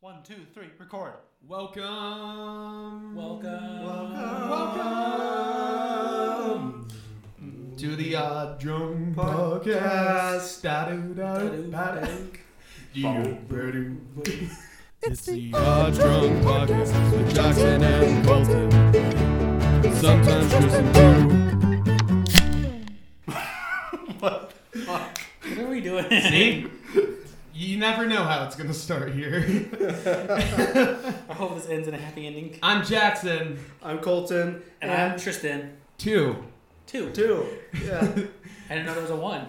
One, two, three, record. Welcome. Welcome. Welcome. To the Odd Drum Podcast. It's the Odd Drum Podcast with Jackson and Bolton. Sometimes Tristan too. What are we doing? See? You never know how it's gonna start here. I hope this ends in a happy ending. I'm Jackson. I'm Colton. And I'm Tristan. Two. Two. two. Yeah. I didn't know there was a one.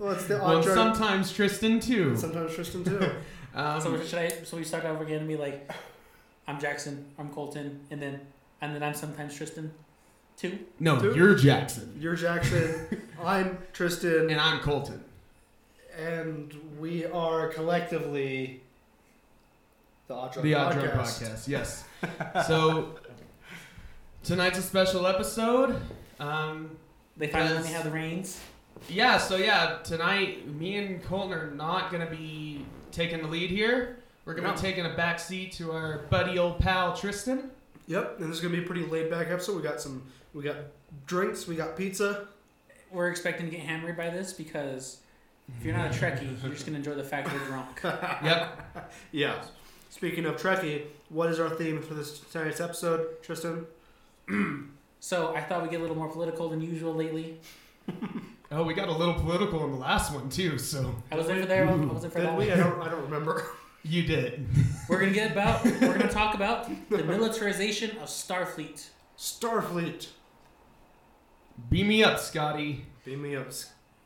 Well, it's the Well, odd turn. sometimes Tristan too. Sometimes Tristan too. Um, So should I? So we start over again and be like, I'm Jackson. I'm Colton. And then, and then I'm sometimes Tristan. Two. no, Two. you're Jackson. You're Jackson. I'm Tristan. And I'm Colton. And we are collectively the Odd Drunk the Odd Drum Podcast. Podcast. Yes. so tonight's a special episode. Um, They finally let me Yes. have the reins. yeah. So yeah, tonight me and Colton are not gonna be taking the lead here. We're gonna No. be taking a back seat to our buddy old pal Tristan. Yep. And this is gonna be a pretty laid back episode. We got some. We got drinks. We got pizza. We're expecting to get hammered by this because if you're not a Trekkie, you're just gonna enjoy the fact we're drunk. Yep. Yeah. Speaking of Trekkie, what is our theme for this tonight's episode, Tristan? So I thought we'd get a little more political than usual lately. Oh, we got a little political in the last one too. So I was in for there. I was in for Did that we? I one. don't. I don't remember. you did. We're gonna get about. We're gonna talk about the militarization of Starfleet. Starfleet. Beam me up, Scotty. Beam me up,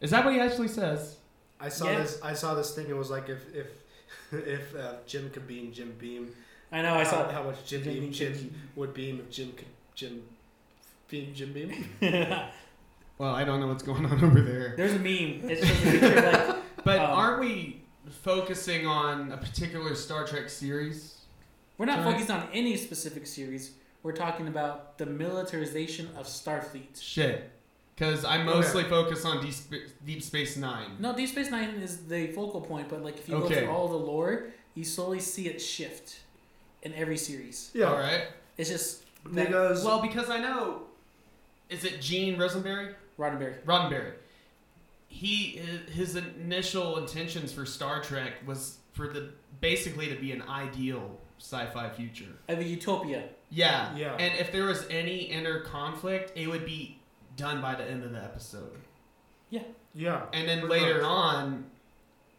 Is that what he actually says? I saw Yeah. this. I saw this thing. It was like if if if uh, Jim could beam Jim Beam. I know. I saw. how, how much Jim Jim Beam Beam Jim could- would beam if Jim could Jim beam Jim Beam. There's Well, I don't know what's going on over there. a meme. It's just a picture of like But Um, aren't we focusing on a particular Star Trek series? we're not Sorry. focused on any specific series. We're talking about the militarization of Starfleet. Shit. Because I mostly focus on Deep, Sp- Deep Space Nine. No, Deep Space Nine is the focal point, but like if you go Okay. through all the lore, you slowly see it shift in every series. Yeah, All right. It's just that- because Well, because I know. Is it Gene Rosenberry? Roddenberry. Roddenberry. He his initial intentions for Star Trek was for the basically to be an ideal sci-fi future. I mean, Utopia. Yeah. Yeah. And if there was any inner conflict, it would be done by the end of the episode. yeah, And then Pretty later much. on,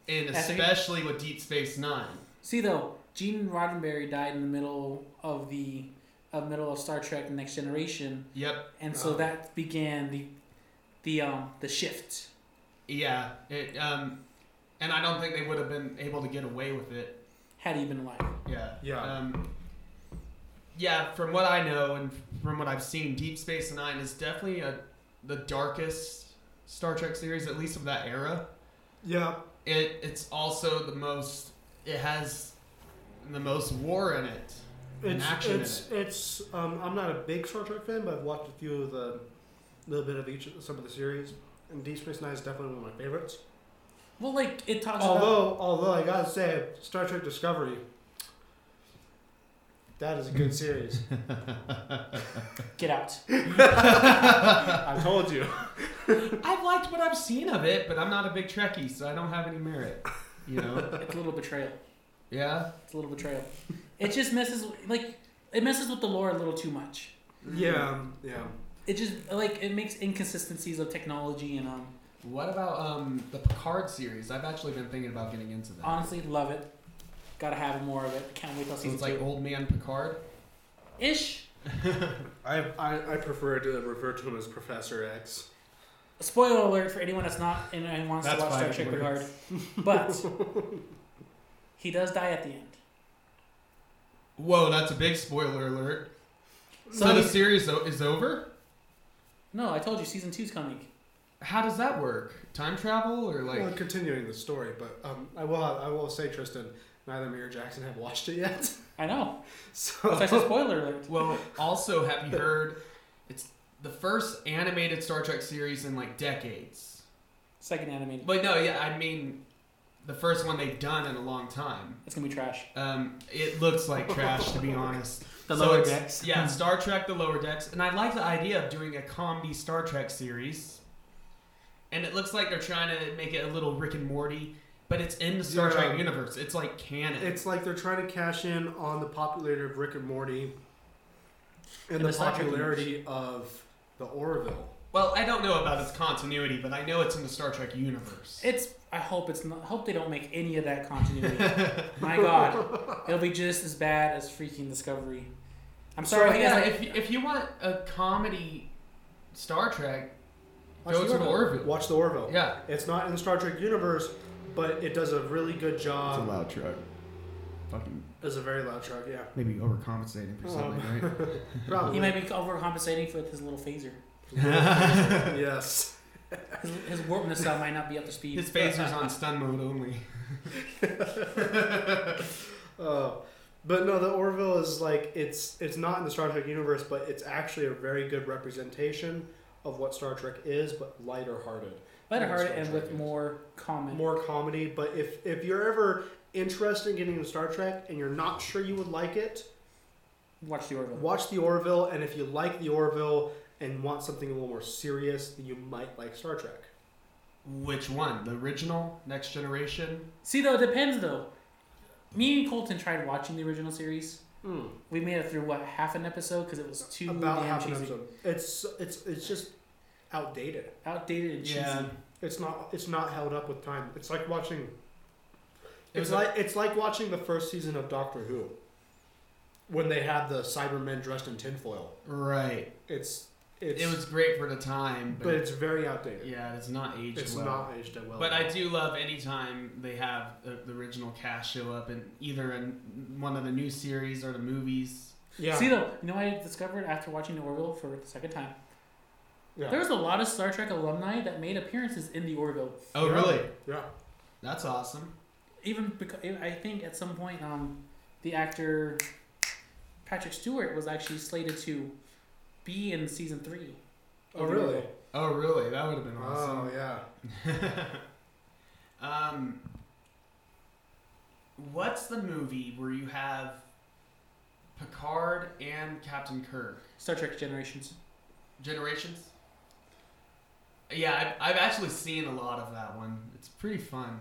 and That's what you- especially with Deep Space Nine. See though, Gene Roddenberry died in the middle of the of middle of Star Trek: Next Generation, Yep. and so Oh. that began the the um the shift. Yeah. It. Um. And I don't think they would have been able to get away with it. Had he been alive. Yeah. Yeah. Um. Yeah. From what I know and from what I've seen, Deep Space Nine is definitely a the darkest Star Trek series, at least of that era. yeah, It. It's also the most. It has the most war in it. and it's action in it's it's. Um, I'm not a big Star Trek fan, but I've watched a few of the little bit of each of some of the series, and Deep Space Nine is definitely one of my favorites. Well, like it talks about Although, although I gotta say, Star Trek Discovery. That is a good series. get out. I told you. I've liked what I've seen of it, but I'm not a big Trekkie, so I don't have any merit. You know? It's a little betrayal. yeah. It's a little betrayal. It just messes like it messes with the lore a little too much. Yeah, yeah. It just like it makes inconsistencies of technology and um What about um the Picard series? I've actually been thinking about getting into that. honestly love it. Gotta have more of it. Can't wait till so season it's like two. old man Picard. Ish. I, I, I prefer to refer to him as Professor X. Spoiler alert for anyone that's not and and wants That's to watch Star fine, Trek it Picard. But he does die at the end. Whoa, that's a big spoiler alert. So, So the he's- series o- is over. no, I told you season two's coming. How does that work? Time travel or like? well, continuing the story, but um, I will I will say, Tristan, neither me or Jackson have watched it yet. I know. That's why I said So spoiler alert. Well, also have you heard? It's the first animated Star Trek series in like decades. Second animated. But no, yeah, I mean, the first one they've done in a long time. It's gonna be trash. Um, it looks like trash, to be honest. The So lower it's- decks. Yeah, Star Trek: The Lower Decks, and I like the idea of doing a comedy Star Trek series. And it looks like they're trying to make it a little Rick and Morty, but it's in the Star Yeah. Trek universe. It's like canon. It's like they're trying to cash in on the popularity of Rick and Morty and, And the the Star Trek popularity of the Orville. well, I don't know about its continuity, but I know it's in the Star Trek universe. It's. I hope it's not. I hope they don't make any of that continuity. My God, it'll be just as bad as freaking Discovery. I'm sorry. I So, think yeah, that's like, if you, if you want a comedy Star Trek, Watch Go the to the Orville. Watch the Orville. yeah, It's not in the Star Trek universe, but it does a really good It's a job. loud truck. Fucking It's a very loud truck, yeah. maybe overcompensating for something, right? Probably. he might be overcompensating for his little phaser. yes. His, his warpness uh, might not be up to speed. uh, His phaser's on stun mode only. Oh, but no, the Orville is like it's it's not in the Star Trek universe, but it's actually a very good representation of what Star Trek is, but lighter hearted, But I Yeah, heard Star it and Trek with is. more comment. more comedy. But if if you're ever interested in getting into Star Trek and you're not sure you would like it, Watch the Orville. watch the Orville, and if you like the Orville and want something a little more serious, then you might like Star Trek. Which one? The original, Next Generation? See though, it depends though. Me and Colton tried watching the original series. Hmm. We made it through what half an episode because it was too About damn half an cheesy, episode. It's it's it's just outdated. outdated and cheesy. Yeah. It's not it's not held up with time. It's like watching. It was It's like it's like watching the first season of Doctor Who. When they had the Cybermen dressed in tinfoil, Right. it's it's It was great for the time, but but, it's very outdated. yeah, it's not aged It's well. not aged that well. But at I all. do love anytime they have the, the original cast show up in either in one of the new series or the movies. Yeah. See though, you know what I discovered after watching the Orville for the second time? yeah. There was a lot of Star Trek alumni that made appearances in the Orville. Oh, Yeah. really? Yeah. That's awesome. Even because I think at some point, um, the actor Patrick Stewart was actually slated to be in season three. Oh of the really? Orville. Oh, really? That would have been Oh awesome. yeah. um, what's the movie where you have Picard and Captain Kirk? Star Trek Generations. Generations? Yeah, I've, I've actually seen a lot of that one. It's pretty fun.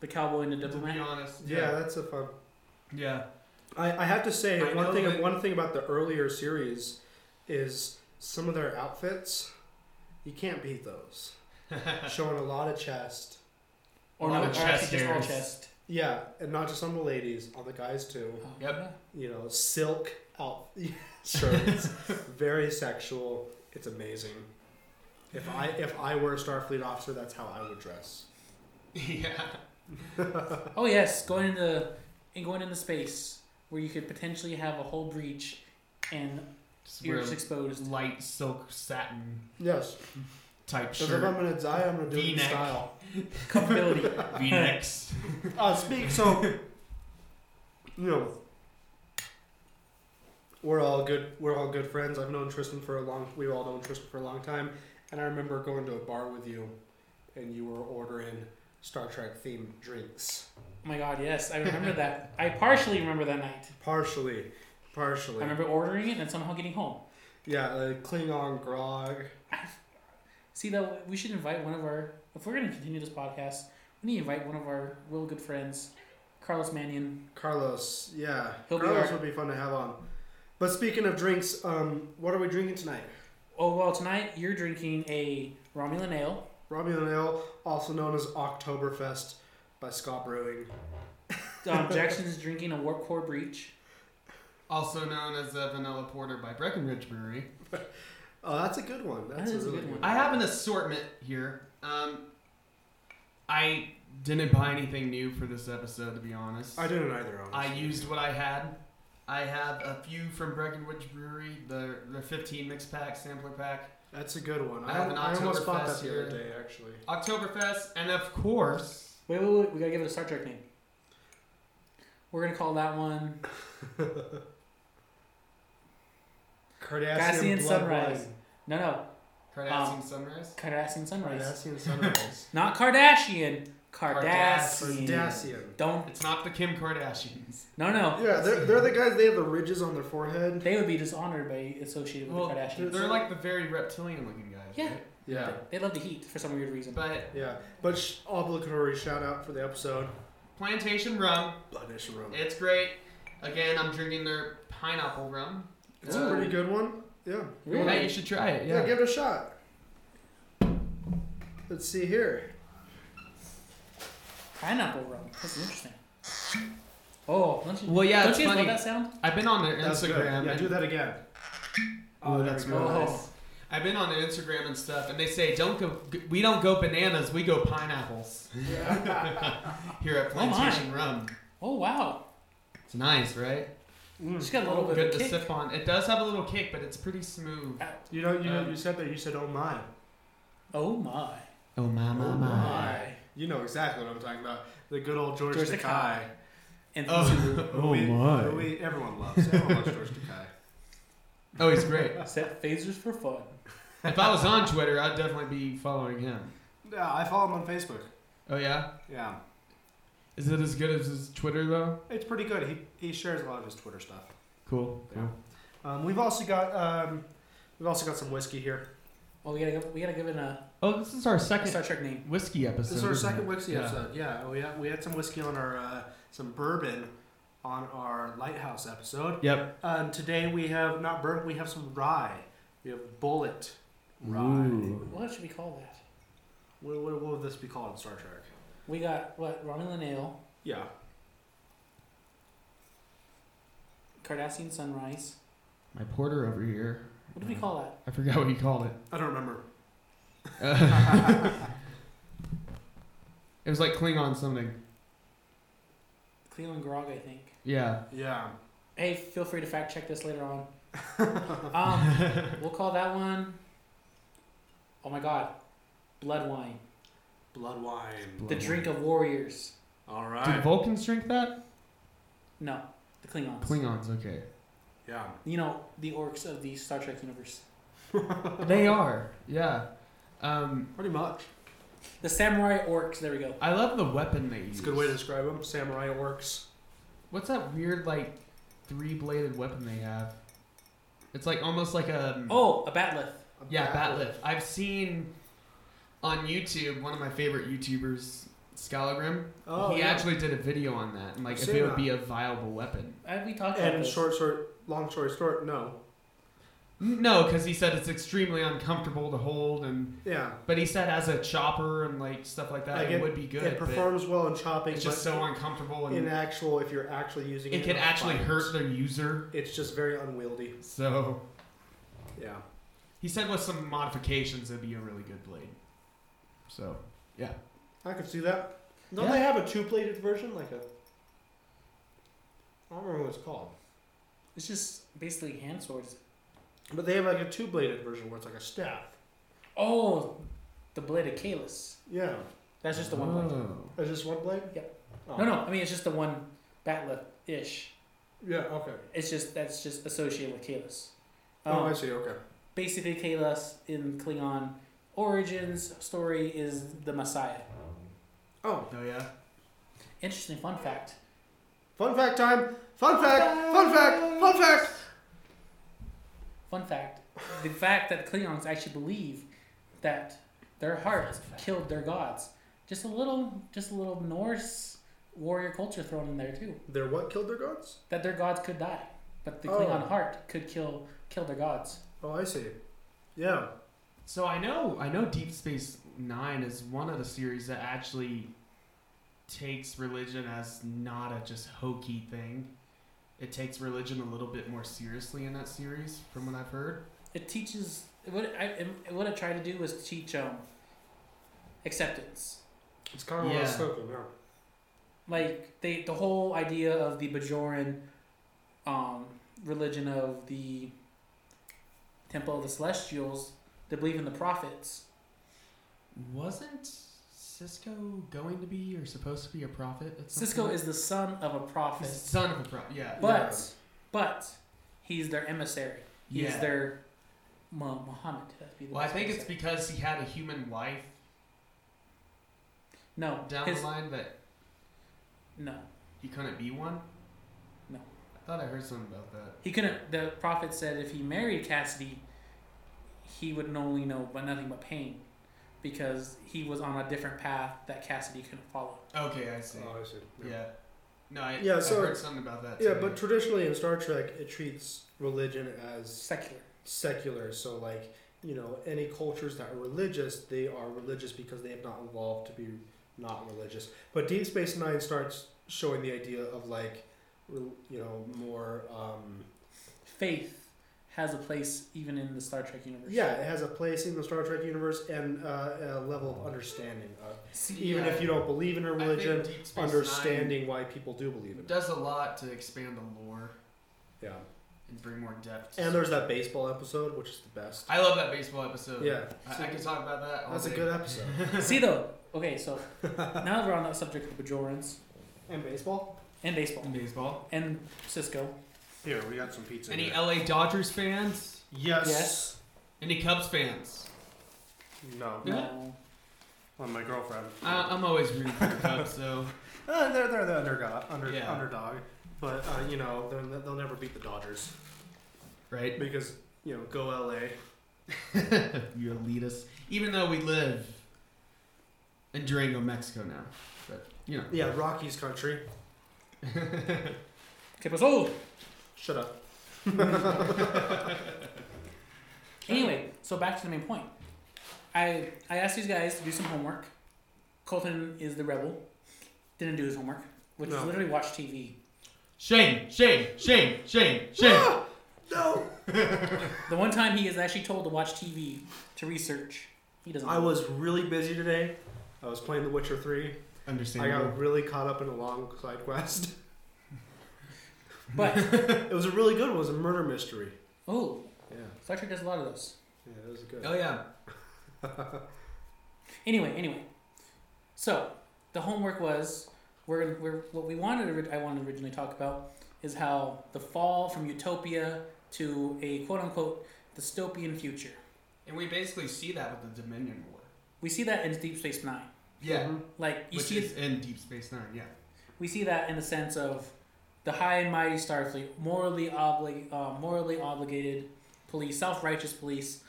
The cowboy and the To be diplomat. honest. yeah, That's a fun. Yeah. I, I have to say I one know thing. that- One thing about the earlier series is some of their outfits. You can't beat those. Showing a lot of chest. Or All no, the or chest actually just all hairs. chest. Yeah, and not just on the ladies, on the guys too. Yep. You know, silk out shirts, very sexual. It's amazing. If I if I were a Starfleet officer, that's how I would dress. yeah. Oh yes, going into and going into space where you could potentially have a whole breach and Just wear ears a exposed. light silk satin Yes, type because if shirt. I'm gonna die, I'm gonna do it in V-neck. style. Comfortability. V-necks. Uh, speak so. You know, we're all good. We're all good friends. I've known Tristan for a long. We've all known Tristan for a long time, and I remember going to a bar with you, and you were ordering Star Trek themed drinks. oh my god, yes, I remember that. I partially remember that night. Partially, I partially. remember ordering it and somehow getting home. Yeah, like Klingon grog. See though, we should invite one of our if we're gonna continue this podcast, we need to invite one of our real good friends, Carlos Mannion. Carlos, yeah, He'll be Carlos our- would be fun to have on. But speaking of drinks, um, what are we drinking tonight? Oh well tonight you're drinking a Romulan ale. Romulan Ale, also known as Oktoberfest by Scott Brewing. Um, Jackson's drinking a warp core breach. also known as a vanilla porter by Breckenridge Brewery. Oh, that's a good one. That's That is a, really good one. I have an assortment here. Um, I didn't buy anything new for this episode, to be honest. I didn't either. Honestly. I used what I had. I have a few from Breckenridge Brewery, the the 15 mix pack, sampler pack, That's a good one. I I, have an I almost bought Oktoberfest that the here. other day actually. Oktoberfest, and of course, Wait, wait, wait, we gotta give it a Star Trek name. We're gonna call that one Cardassian Cardassian Blood Sunrise. Wine. No no, Um. Cardassian Sunrise. Cardassian Sunrise. Cardassian Sunrise. Not Kardashian, Kardashian. Cardassian. Don't. It's not the Kim Kardashians. No, no. Yeah, they're, they're the guys. They have the ridges on their forehead. They would be dishonored by associated with Well, the Kardashians. They're like the very reptilian-looking guys. Yeah. right? Yeah. They love the heat for some weird reason. But Yeah, but sh- obligatory shout out for the episode. plantation rum, Bloodish rum. it's great. Again, I'm drinking their pineapple rum. It's a pretty good one. Yeah. Really? Hey, you should try it. Yeah, Yeah. give it a shot. Let's see here. Pineapple rum. That's interesting. Oh, don't you, Well, yeah, don't it's you guys funny. love that sound? I've been on their That's good. Instagram. Yeah, and- do that again. Oh, there that's we go. really nice. I've been on their Instagram and stuff, and they say don't go. We don't go bananas. We go pineapples. Oh. Here at Oh my. Plantation Rum. Oh wow, It's nice, right? Mm. she's got a little bit Good of to kick. sip on. It does have a little kick, but it's pretty smooth. You know, you know, Um, you said that. You said, "Oh my." Oh my. Oh my Oh my my. my! Hi. You know exactly what I'm talking about. The good old George, George Takei. And Oh, who Oh we- my. who we- everyone loves. Everyone loves George Takei. oh, he's great. set phasers for fun. If I was on Twitter, I'd definitely be following him. Yeah, I follow him on Facebook. Oh yeah, Yeah, is it as good as his Twitter though? it's pretty good. He he shares a lot of his Twitter stuff. Cool. Yeah. Um, we've also got um, we've also got some whiskey here. Well, we gotta give, we gotta give it a Oh, this is our a second Star Trek name. whiskey episode. This is our isn't second it? whiskey Yeah. episode. Yeah, we had, we had some whiskey on our uh, some bourbon on our lighthouse episode. Yep. Um, today we have not bourbon. We have some rye. We have bullet rye. Ooh. What should we call that? What, what, what would this be called in Star Trek? We got what Romulan ale, Yeah. Cardassian sunrise. My porter over here. What do we call that? I forgot what you called it. I don't remember. Uh, it was like Klingon something. Cleveland grog, I think. Yeah. Yeah. Hey, feel free to fact check this later on. um, we'll call that one. Oh my God, blood wine, Blood wine. the drink of warriors. All Did right. Vulcans drink that? No, the Klingons. Klingons, okay. Yeah. You know the orcs of the Star Trek universe. They are. Yeah. Um, Pretty much. The samurai orcs. There we go. I love the weapon they use. It's a good way to describe them. Samurai orcs. What's that weird like three-bladed weapon they have? It's like almost like a Oh, a batleth. yeah bat lift. I've seen on YouTube one of my favorite YouTubers, Scalagrim. Oh, he yeah. actually did a video on that and like I've if seen it would that. be a viable weapon. Have we talked about And this? short, short, long story short, no. No, because he said it's extremely uncomfortable to hold and Yeah. But he said as a chopper and like stuff like that, Like, it, would be good. it but performs well in chopping, it's just but so uncomfortable in and actual, if you're actually using it, it could in a actually fight, hurt the user. It's just very unwieldy. So Yeah. he said with some modifications, it'd be a really good blade. So I could see that. Don't Yeah. they have a two-plated version, like a? I don't remember what it's called, It's just basically hand swords. but they have like a two-bladed version where it's like a staff. Oh, the blade of Kalis. Yeah, That's just the one blade. Oh. is this one blade? Yep. Oh. No, no. I mean, it's just the one batleth ish. Yeah. Okay. It's just that's just associated with Kalis. oh, Um, I see. Okay. basically, Kalis in Klingon origins story is the Messiah. Oh, Oh yeah. Interesting fun fact. fun fact time! Fun fact! Fun fact! Fun fact! Fun fact: the fact that Klingons actually believe that their hearts killed their gods. Just a little, just a little Norse warrior culture thrown in there too. They're what killed their gods? That their gods could die, but the Oh. Klingon heart could kill kill their gods. Oh, I see. Yeah. So I know I know Deep Space Nine is one of the series that actually takes religion as not a just hokey thing. It takes religion a little bit more seriously in that series, from what I've heard. It teaches what I it- what I try to do is teach um acceptance. It's kind of what I was Yeah. thinking, yeah. Like they the whole idea of the Bajoran um religion of the Temple of the Celestials, they believe in the prophets. Wasn't Cisco going to be or supposed to be a prophet? At some Cisco point? is the son of a He's prophet, the son of a prophet. Yeah. but Yeah. but he's their emissary. He's yeah. their Mu- Muhammad. That'd be the well, I best way think to it's say it. because he had a human wife. No, down his, the line that no, he couldn't be one? No. I thought I heard something about that. he couldn't. The prophet said if he married Cassidy, he would only know but nothing but pain, because he was on a different path that Cassidy couldn't follow. Okay, I see. Oh, I see. yeah. No, I, Yeah, I so- heard something about that. Yeah, today. but traditionally in Star Trek, it treats religion as Secular. secular. So, like, you know, any cultures that are religious, they are religious because they have not evolved to be not religious. But Deep Space Nine starts showing the idea of, like, rel- you know, more. Um, Faith has a place even in the Star Trek universe. yeah, it has a place in the Star Trek universe and uh, a level of understanding. Of, See, even Yeah. if you don't believe in a I think religion, Deep Space Nine understanding why people do believe in it. does a lot to expand the lore Yeah. and bring more depth. to And there's that baseball episode, which is the best. I love that baseball episode. Yeah. I, I can talk about that. All That's a day. good episode. see though. Okay, so now that we're on the subject of the Bajorans And baseball? and baseball baseball. and Cisco, Here, we got some pizza. Any here. LA Dodgers fans? yes. Yes. Any Cubs fans? No. Yeah. no, Well, my girlfriend. I, I'm always rooting for the Cubs, so Uh, they're, they're the underdog, under, Yeah. underdog. But, uh, you know, they're- they'll never beat the Dodgers. right. Because, you know, go LA. you elitist. Even though we live in Durango, Mexico now, but you know. Yeah, Rockies country. keep us old. Shut up. Anyway, so back to the main point. I I asked these guys to do some homework. Colton is the rebel. Didn't do his homework, which is No. literally watch TV. Shame, shame, shame, shame, shame. Ah! No! The one time he is actually told to watch TV to research, he doesn't. I do it. was really busy today. I was playing The Witcher 3. I got Understandable. really caught up in a long side quest. But It was a really good one. It was a murder mystery. oh, Yeah. Star Trek does a lot of those. Yeah, it was good. Oh yeah. Anyway, anyway, so the homework was we're, we're what we wanted. ori- I wanted to originally talk about is how the fall from utopia to a quote unquote dystopian future. And we basically see that with the Dominion War. We see that in Deep Space Nine. Yeah. Mhm. Like you Which see, is in Deep Space Nine. Yeah. we see that in the sense of the high and mighty Starfleet, morally obli- uh, morally obligated police, self righteous police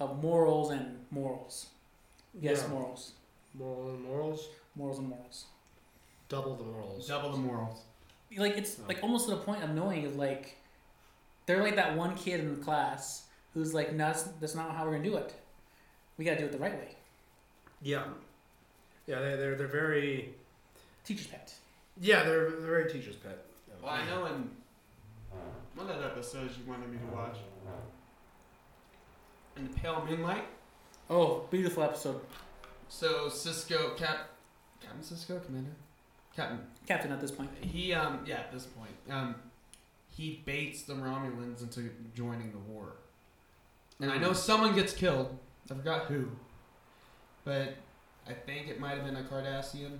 of morals and morals. Yes, Yeah. morals, Moral and morals? morals and morals. Double the morals. Double the morals. Like it's like almost to the point of knowing of like, they're like that one kid in the class who's like, no, that's, that's not how we're gonna do it. We gotta do it the right way. Yeah. Yeah, they they're, they're very. Teacher's pet. Yeah, they're, they're very teacher's pet. Well, I know in one of the episodes you wanted me to watch, in the pale moonlight. Oh, beautiful episode, So Cisco, Cap, Captain Cisco, Commander, Captain. Captain. At this point, He, um, yeah, at this point, um, he baits the Romulans into joining the war. And I know someone gets killed. I forgot who, but I think it might have been a Cardassian.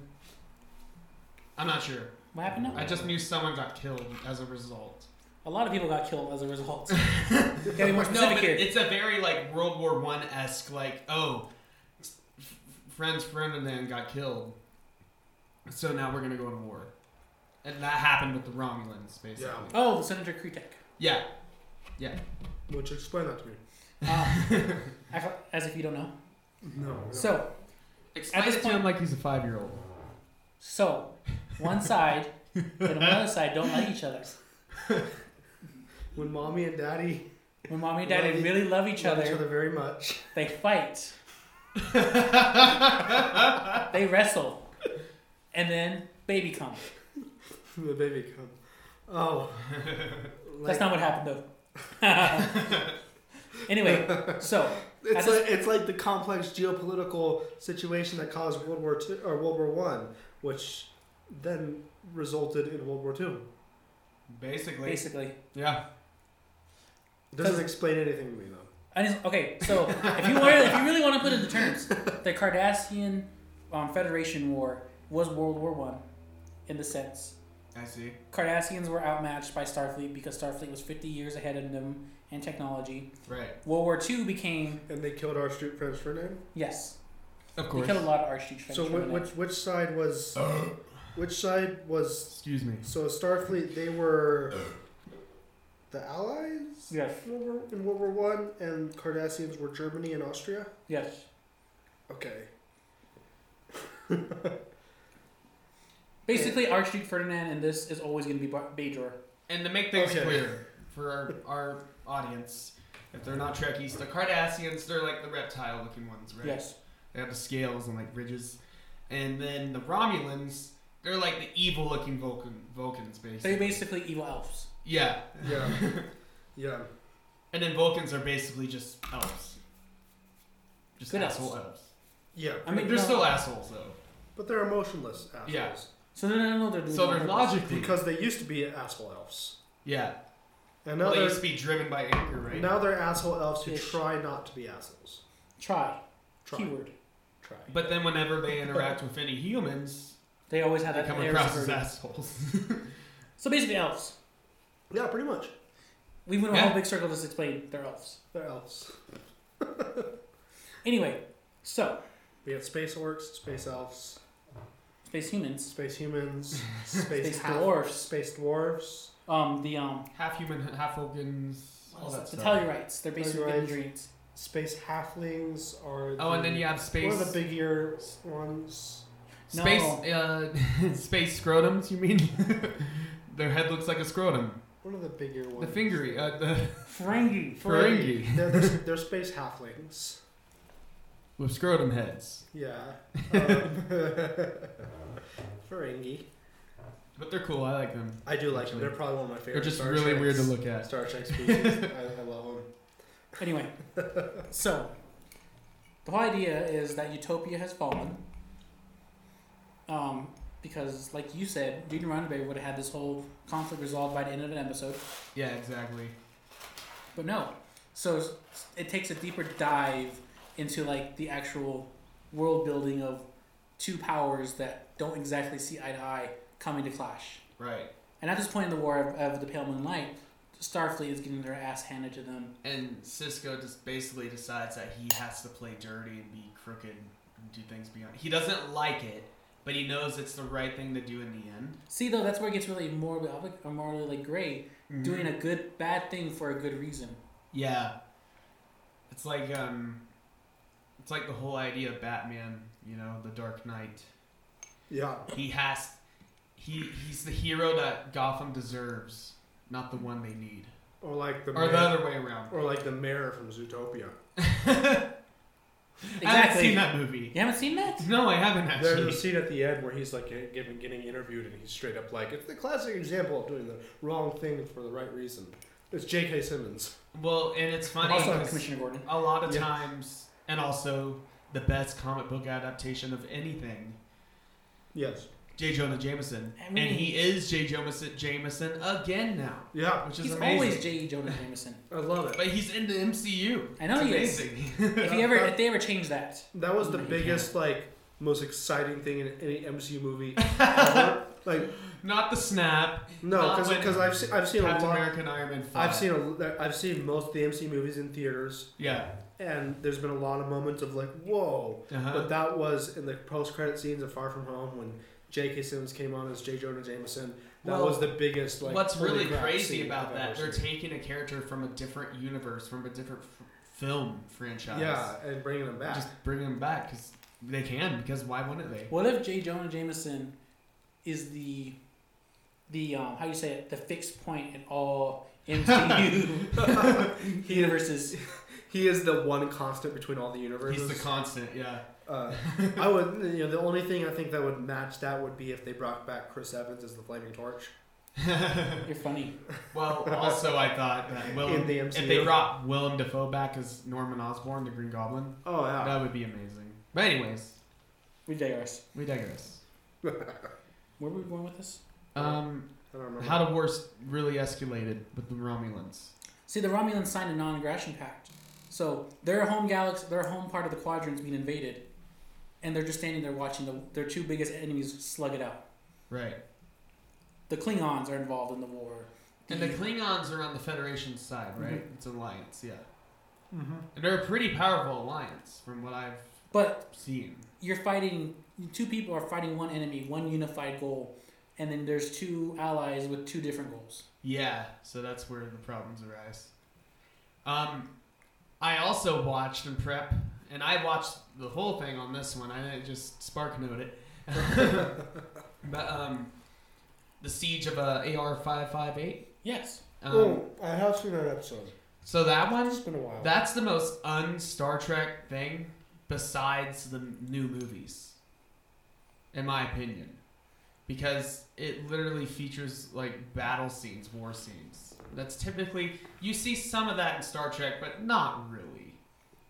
I'm not sure. what happened? Now? I just knew someone got killed as a result. A lot of people got killed as a result. Gotta be more No, specific but here. it's a very like World War One esque like oh, f- f- Franz Ferdinand got killed, so now we're gonna go to war, and that happened with the Romulans basically. Oh, Senator Kretek. Yeah, Would you explain that to me? Uh, I for- as if you don't know. No. So, explain this it to point- him like he's a five year old. so one side and another side don't like each other. When mommy and daddy When mommy and daddy Love e- really love each love other, each other very much. they fight. they wrestle, and then baby comes. the baby come. Oh. That's not what happened though. anyway, so It's I just- like, it's like the complex geopolitical situation that caused World War Two or World War One, which then resulted in World War Two. Basically, basically, yeah. Doesn't explain anything to me though. I just, okay. So if you want, if you really want to put it into terms, the Cardassian um, Federation War was World War One, in the sense I see. Cardassians were outmatched by Starfleet because Starfleet was 50 years ahead of them in technology. Right. World War II became, And they killed our street friends for name. yes. Of They course. killed a lot of Archduke So Franz. which, which which side was which side was Excuse me. so Starfleet? They were the Allies. Yes. In World War- in World War One, and Cardassians were Germany and Austria. Yes. Okay. Basically, Archduke Ferdinand in this is always going to be Ba- Bajor. And to make things Okay. clear for our, our audience, if they're not Trekkies, the Cardassians, they're like the reptile looking ones, right? Yes. They have the scales and like ridges. And then the Romulans, they're like the evil looking Vulcan, Vulcans, basically. They basically evil elves. yeah. Yeah. yeah. And then Vulcans are basically just elves. Just Good asshole elves. Yeah. I mean, they're no. still assholes, though. But they're emotionless assholes. Yeah. So no, no, no, they're doing So it on they're purpose. logically. Because they used to be asshole elves. yeah. And now Well, they they're used to be driven by anger, right? now they're asshole elves who Ish. try not to be assholes. Try. Try. Keyword. Try. But then whenever they interact with any humans, They always have they that come air across as security. assholes. So basically, elves. yeah, pretty much. We went a Yeah. whole big circle just to explain they're elves. They're elves. Anyway, so We have space orcs, space elves, space humans. space humans, space, Space half- dwarves. space dwarves. Um, the um, half human, half Vulcans, all that the stuff. Tellurites. They're basically Tellurites. Gandrians. Space halflings are. Oh, and the- then you have space. One of the big ear ones. No. Space, uh, space scrotums. You mean their head looks like a scrotum? One of the big ear The ones. fingery, uh, the Ferengi. Ferengi They're, they're, they're space halflings. with scrotum heads, Yeah. Um, Ferengi. but they're cool. I like them. I do like them. Actually. They're probably one of my favorite. They're just Star really Treks- weird to look at. Star Trek species. I, I love them. Anyway, so the whole idea is that Utopia has fallen. Um, because, like you said, Junior Rondabe would have had this whole conflict resolved by the end of an episode, Yeah, exactly. but no. So s- it takes a deeper dive into like the actual world building of two powers that don't exactly see eye to eye coming to clash. Right. And at this point in the War of, of the Pale Moonlight, Starfleet is getting their ass handed to them. And Cisco just basically decides that he has to play dirty and be crooked and do things beyond. He doesn't like it, but he knows it's the right thing to do in the end. See, though, that's where it gets really morally, obli- uh, morally like gray. Mm-hmm. Doing a good bad thing for a good reason. Yeah. It's like um it's like the whole idea of Batman, you know, the Dark Knight. Yeah. He has he he's the hero that Gotham deserves, not the one they need. Or like the Or mayor, the other way around. or like the mayor from Zootopia. I haven't Exactly. seen that movie. You haven't seen that? No, I haven't There's actually. a scene at the end where he's like get- getting, getting interviewed and he's straight up like it's the classic example of doing the wrong thing for the right reason. It's J.K. Simmons. Well, and it's funny also, 'cause Commissioner Gordon. a lot of Yeah. times and also the best comic book adaptation of anything Yes. J. Jonah Jameson. I mean- and he is J. Jameson, Jameson again now, Yeah. which is He's amazing. always J. E. Jonah Jameson. I love it. But he's in the MCU. I know it's he is. amazing. If he ever, if they ever change that, That was the No, you biggest like most exciting thing in any MCU movie ever. like Not the snap. No, Not when because I've seen, I've seen a Captain lot. America and Iron Man 5. I've seen a, I've seen most of the MC movies in theaters, Yeah. and there's been a lot of moments of like, whoa! Uh-huh. But that was in the post credit scenes of Far From Home when J.K. Simmons came on as J. Jonah Jameson. That Well, was the biggest like. What's holy really crap crazy scene about I've that, ever they're seen. taking a character from a different universe, from a different f- film franchise. yeah, and bringing them back. Just bringing them back because they can, because why wouldn't they? what if J. Jonah Jameson is the, the um, how you say it, the fixed point in all MCU universes? he is the one constant between all the universes. He's the constant, yeah. uh, I would, you know, the only thing I think that would match that would be if they brought back Chris Evans as the Flaming Torch. You're funny. well, also, I thought that Willem, In the if MCU. they brought Willem Dafoe back as Norman Osborn, the Green Goblin, Oh yeah. that would be amazing. But, anyways, We digress. we digress. Where were we going with this? Um, I don't remember. How the wars really escalated with the Romulans. See, the Romulans signed a non-aggression pact, so their home galaxy, their home part of the quadrant's being invaded, and they're just standing there watching the, their two biggest enemies slug it out. Right. The Klingons are involved in the war. And the Klingons are on the Federation's side, right? Mhm. It's an alliance, yeah. Mm-hmm. Um, And they're a pretty powerful alliance, from what I've But Seeing. you're fighting two people are fighting one enemy, one unified goal, and then there's two allies with two different goals. Yeah, so that's where the problems arise. Um, I also watched in prep, and I watched the whole thing on this one. I didn't just spark note it. but um, the siege of uh, AR five five eight. Yes. Um, oh, I have seen that episode. So that one, It's been a while. that's the most un Star Trek thing besides the new movies, in my opinion, because it literally features like battle scenes, war scenes. That's typically you see some of that in Star Trek, but not really.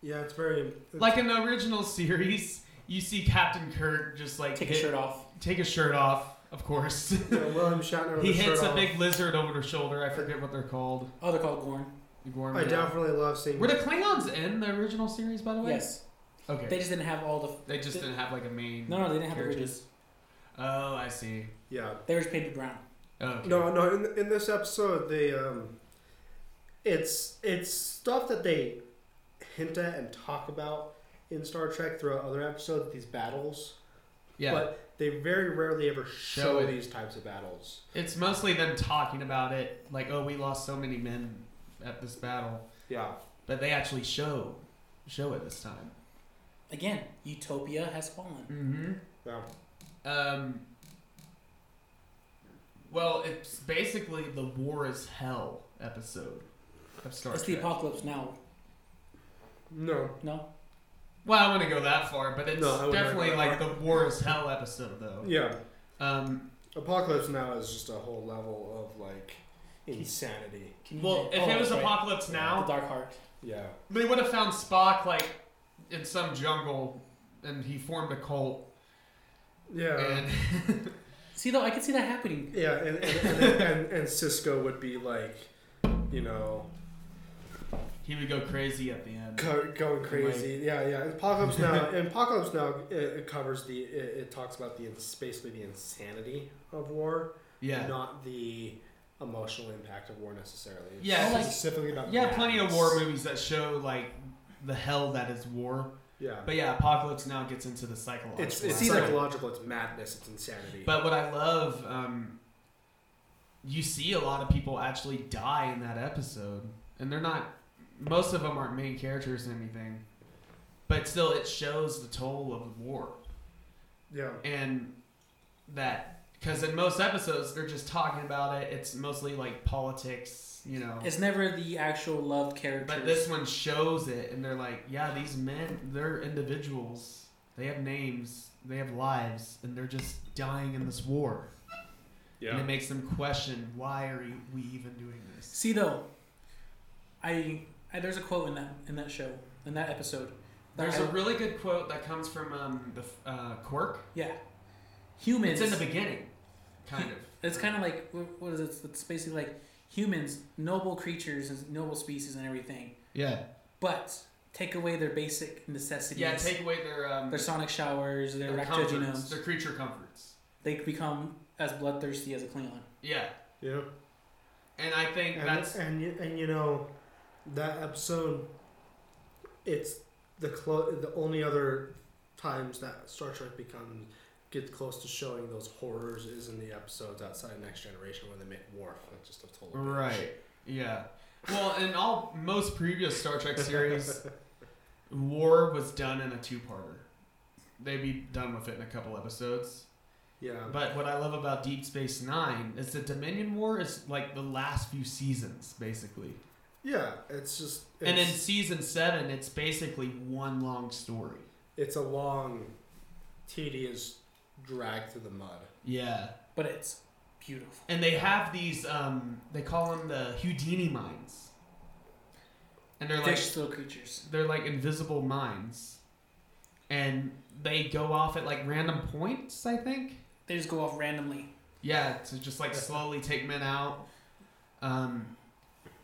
yeah, it's very it's- Like in the original series, you see Captain Kirk just like Take hit- a shirt off. take his shirt off, of course. you know, William Shatner. With he his shirt hits a off. big lizard over the shoulder. I forget what they're called. Oh, they're called Gorn. The Gorm- I definitely love seeing. Were the Klingons in the original series, by the way? Yes. Okay. They just didn't have all the. They just didn't have like a main. No, no, they didn't have the Characters. ridges. Oh, I see. yeah. They were just painted brown. Oh, No, no. In, in this episode, they um, it's it's stuff that they hint at and talk about in Star Trek throughout other episodes. These battles, Yeah, but they very rarely ever show, Show it. these types of battles. it's mostly them talking about it, like, oh, we lost so many men at this battle, Yeah, but they actually show show it this time. Again, Utopia has fallen. Mm-hmm. yeah. Um. Well, it's basically the "War is Hell" episode of Star It's the Trek. apocalypse now. No, No, well, I wouldn't go that far, but it's No, I wouldn't definitely go like that the "War is Hell" episode, though. yeah. Um. Apocalypse Now is just a whole level of like insanity. Can you Well, if oh, it was that's right. Apocalypse Now, the Dark Heart. Yeah, They would have found Spock like in some jungle, and he formed a cult. yeah. And See, though, I could see that happening. Yeah, and and, and, and and Cisco would be like, you know, he would go crazy at the end. go, going crazy. yeah, yeah. And Apocalypse now, and Apocalypse now, it, it covers the. It, it talks about the ins- basically the insanity of war, Yeah, not the emotional impact of war necessarily. It's Yeah, like- specifically about yeah. Plenty of war madness. movies that show like the hell that is war. Yeah, But yeah, Apocalypse Now gets into the psychological. it's it's side. psychological. It's madness. It's insanity. But what I love, um, you see a lot of people actually die in that episode, and they're not. Most of them aren't main characters or anything, but still, it shows the toll of the war. yeah, and that because in most episodes they're just talking about it. It's mostly like politics, you know. It's never the actual loved characters. but this one shows it, and they're like, yeah, these men, they're individuals. They have names, they have lives, and they're just dying in this war. And it makes them question why are we even doing this? See though, I, I there's a quote in that in that show in that episode. There's a a really good quote that comes from um, the f- uh, Quirk. yeah, humans. It's in the beginning, kind of. It's kind of like wh- what is it? It's basically like humans, noble creatures, and noble species, and everything. Yeah. But take away their basic necessities. Yeah. Take away their um, their sonic showers, their, their comforts, ractogenomes. their creature comforts. They become as bloodthirsty as a Klingon. Yeah. yeah. And I think and, that's and you- and you know that episode it's the clo- the only other times that Star Trek becomes gets close to showing those horrors is in the episodes outside of Next Generation where they make Worf like just a total bitch. right. Yeah. Well, in all most previous Star Trek series, war was done in a two-parter. They'd be done with it in a couple episodes. yeah But what I love about Deep Space Nine is the Dominion War is like the last few seasons, basically. yeah it's just it's, and in season seven, it's basically one long story. it's a long tedious drag through the mud Yeah. But it's beautiful. And they have these, um, they call them the Houdini mines. And they're They're like little creatures. they're like invisible mines and they go off at like random points i think They just go off randomly. yeah to just like slowly take men out um,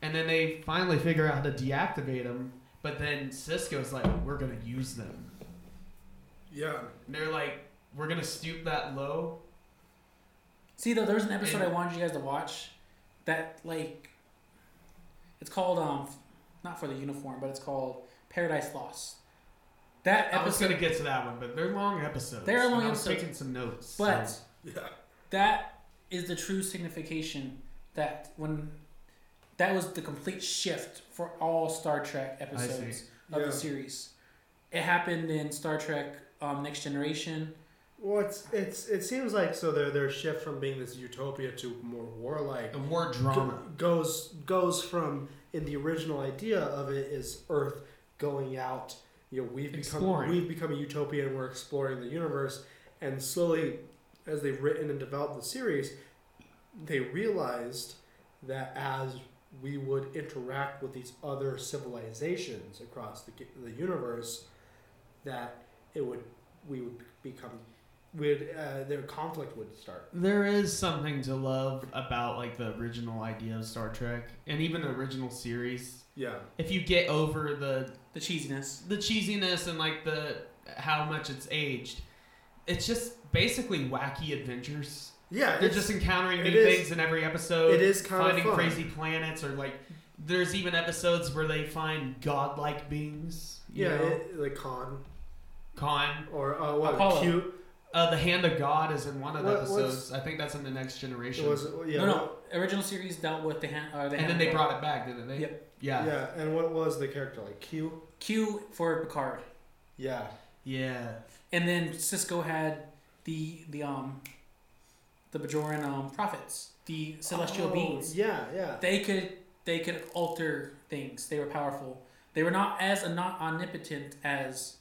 and then they finally figure out how to deactivate them but then cisco's like we're gonna use them yeah and they're like we're gonna stoop that low See though, there's an episode And- I wanted you guys to watch that like it's called um not for the uniform, but it's called Paradise Lost. That I was episode, going to get to that one, but they're long episodes. They're long and I was episodes. taking some notes. but Yeah. that is the true signification that when that was the complete shift for all Star Trek episodes of Yeah. the series. It happened in Star Trek um, Next Generation. Well, it's it's it seems like so their their shift from being this utopia to more warlike the war drama. go- goes goes from in the original idea of it is Earth going out. You know, we've Exploring. become we've become a utopia and we're exploring the universe. And slowly, as they've written and developed the series, they realized that as we would interact with these other civilizations across the, g- the universe, that it would we would become would uh, their conflict would start. There is something to love about like the original idea of Star Trek and even the original series. Yeah, If you get over the The cheesiness. the cheesiness and like the how much it's aged, it's just basically wacky adventures. yeah. They're it's- just encountering it new is- things in every episode. it is kind finding of fun. crazy planets or like there's even episodes where they find godlike beings. You Yeah, know? it, like Khan Khan. or uh, what Apollo. Q? Uh, the hand of God is in one of the What- what's- episodes. I think that's in the next generation. Was it, yeah, no, no. Original series dealt with the hand. Uh, the and then hand they of- brought it back, didn't they? Yep. Yeah. yeah. Yeah. and what was the character like Q? Q for Picard, Yeah, and then Cisco had the the um the Bajoran um prophets, the celestial Oh, beings. Yeah, yeah, they could they could alter things. They were powerful. They were not as not omnipotent as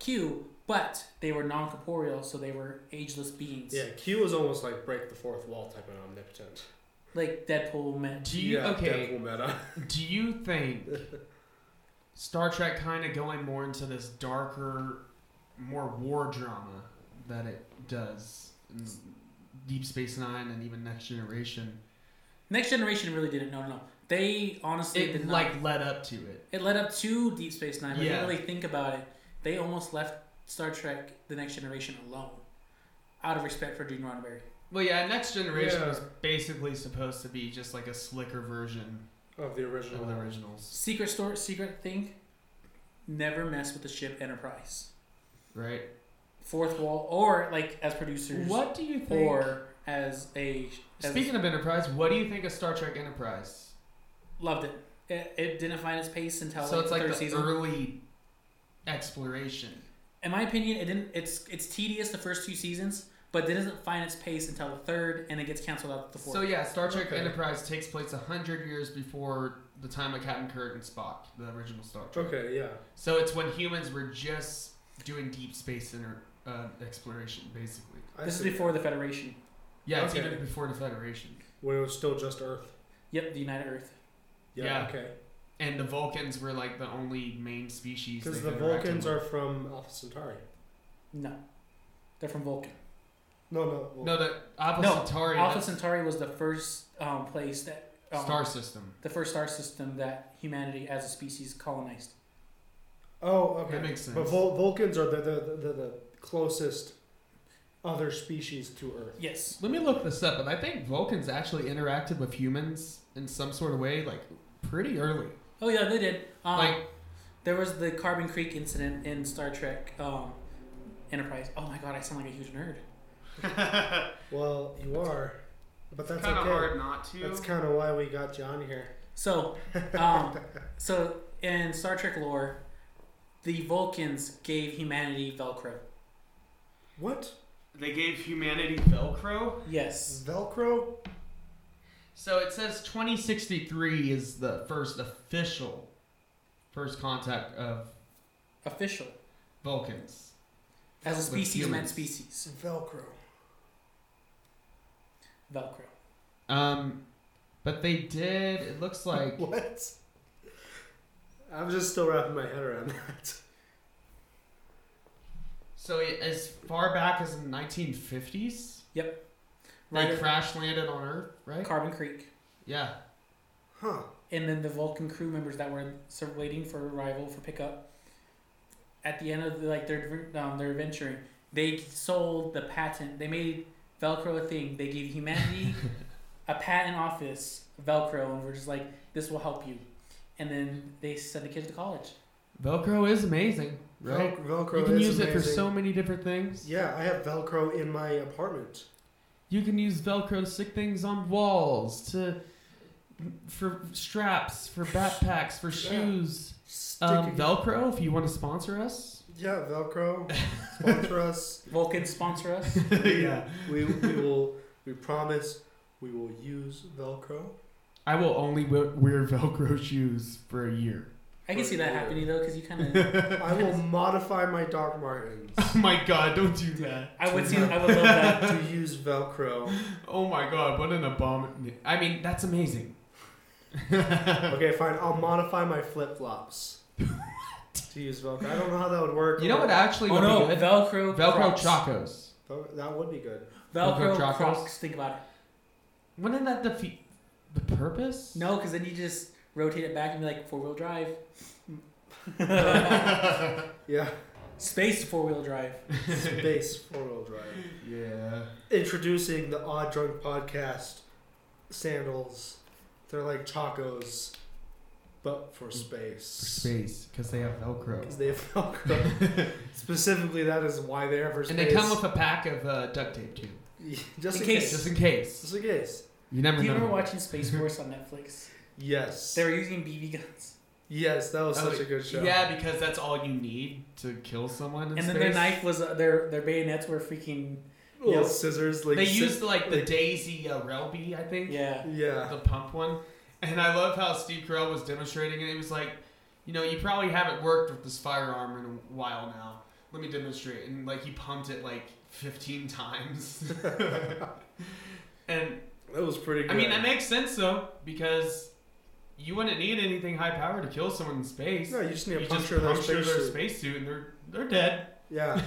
Q, but they were non corporeal, so they were ageless beings. yeah. Q was almost like break the fourth wall type of omnipotent. Like Deadpool meant. Do you yeah, okay? Deadpool meta. Do you think Star Trek kind of going more into this darker, more war drama that it does in Deep Space Nine and even Next Generation? Next Generation really didn't. No, no, no. They honestly It did not. like led up to it. it led up to Deep Space Nine. But if Yeah. you really think about it, they almost left Star Trek: The Next Generation alone, out of respect for Gene Roddenberry. Well, yeah, Next Generation Yeah. was basically supposed to be just like a slicker version of the original. of the originals, Secret store, secret thing. Never mess with the ship Enterprise. right? fourth wall, or like as producers, What do you think? or as a as Speaking of Enterprise, what do you think of Star Trek Enterprise? loved it. it. It didn't find its pace until so like, it's like third the season. early exploration. In my opinion, it didn't. It's it's tedious the first two seasons, but it doesn't find its pace until the third, and it gets canceled out the fourth. So yeah, Star Trek Okay. Enterprise takes place hundred years before the time of Captain Kirk and Spock, the original Star Trek. Okay, yeah. So it's when humans were just doing deep space inter- uh, exploration, basically. I this is see. before the Federation. Yeah, it's Okay. even before the Federation. when it was still just Earth. Yep, the United Earth. Yeah, Yeah. okay. And the Vulcans were like the only main species. Because the they've interacted Vulcans with. are from Alpha Centauri. No, they're from Vulcan. No, no, well, No, the Alpha No, Centauri. Alpha that's Centauri was the first um, place that um, Star system. the first star system that humanity as a species colonized. Oh, okay. That makes sense. But Vul- Vulcans are the the, the, the the closest other species to Earth. Yes, Let me look this up, and I think Vulcans actually interacted with humans in some sort of way, like pretty early. Oh yeah, they did. Um, Like- there was the Carbon Creek incident in Star Trek um, Enterprise. Oh my god, I sound like a huge nerd. Well, you are, but that's Kinda okay. not to. That's kind of why we got John here. So, um, so in Star Trek lore, the Vulcans gave humanity Velcro. What? They gave humanity Velcro. Yes, Velcro? So it says 2063 is the first official first contact of official Vulcans. as a With species meant humans. species Velcro. Velcro. Um, but they did. It looks like What? I'm just still wrapping my head around that. so it- as far back as the 1950s. They Right, crash landed on Earth, right? Carbon Creek, Yeah. Huh. and then the Vulcan crew members that were sort of waiting for arrival for pickup. At the end of the, like their um, their adventuring, they sold the patent. They made Velcro a thing. They gave humanity a patent office Velcro, and we're just like, this will help you. And then they sent the kids to college. Velcro is amazing, right? Vel- Velcro you can is use it for amazing. so many different things. Yeah, I have Velcro in my apartment. You can use Velcro to stick things on walls, to for straps, for backpacks, for shoes. Um, Sticking- Velcro, if you want to sponsor us. Yeah, Velcro. Sponsor us. Vulcan sponsor us. yeah. We, we will. We promise. We will use Velcro. I will only we- wear Velcro shoes for a year. I can see that Yeah. happening though, because you kind of. I will modify my Doc Martens Oh my god, don't do that. I would see. I would love that. to use Velcro. Oh my god, what an abomin. I mean, that's amazing. Okay, fine. I'll modify my flip flops to use Velcro. I don't know how that would work. You know what actually Oh would no, be good? Velcro. Crocs. Velcro Chacos. Vel- That would be good. Velcro, Velcro Chacos. Crocs. Think about it. Wouldn't that defeat the purpose? No, because then you just rotate it back and be like four wheel drive. Yeah. Space four wheel drive. Space four wheel drive. Yeah. Introducing the Odd Drunk Podcast sandals. They're like Chacos, but for space. Space, because they have Velcro. Because they have Velcro. Specifically, that is why they're for space. And they come with a pack of uh, duct tape too, just In in case. case. just in case. Just in case. You never Do you know. remember watching Space Force on Netflix? Yes. They were using BB guns. yes, that was Oh, such a good show. Yeah, because that's all you need to kill someone. In And then space. their knife was uh, their their bayonets were freaking Little Yep. scissors. Like they si- used like the like- Daisy uh, Relby, I think. yeah. Yeah. the pump one. And I love how Steve Carell was demonstrating it. He was like, you know, you probably haven't worked with this firearm in a while now. Let me demonstrate. And like he pumped it like 15 times. and That was pretty I good. mean, that makes sense though, because you wouldn't need anything high power to kill someone in space. No, you just You need to just puncture their puncture space. their spacesuit and they're they're dead. Yeah.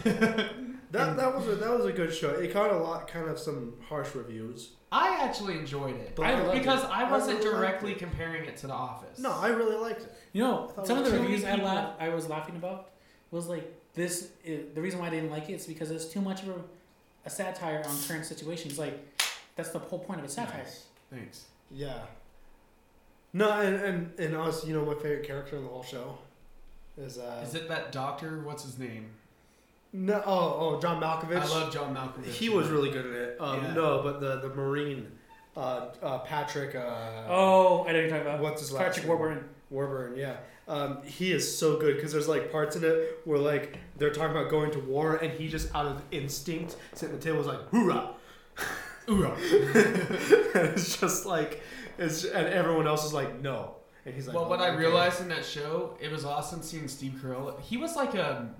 That, that was a, that was a good show. It got a lot kind of some harsh reviews. I actually enjoyed it. But I loved because it. I wasn't I really liked directly it. comparing it to The Office. No, I really liked it. You know, thought some of it the was too many reviews I people. laugh I was laughing about was like this. i the reason why I didn't like it is because it's too much of a, a satire on current situations. Like that's the whole point of a satire. Nice. Thanks. Yeah. No, and and, and honestly, you know my favorite character in the whole show is uh Is it that doctor? What's his name? no oh oh John Malkovich. I love John Malkovich. he was really good at it. Um, Yeah. No, but the the Marine, uh, uh, Patrick. Uh, Oh, I know what you're talking about. What's his last Patrick name? Warburton. Warburton, yeah. Um, he is so good because there's like parts in it where like they're talking about going to war and he just out of instinct sitting at the table is like hoorah, hoorah. and it's just like it's and everyone else is like no, and he's like. Well, "Oh, what I okay." realized in that show, it was awesome seeing Steve Carell. He was like a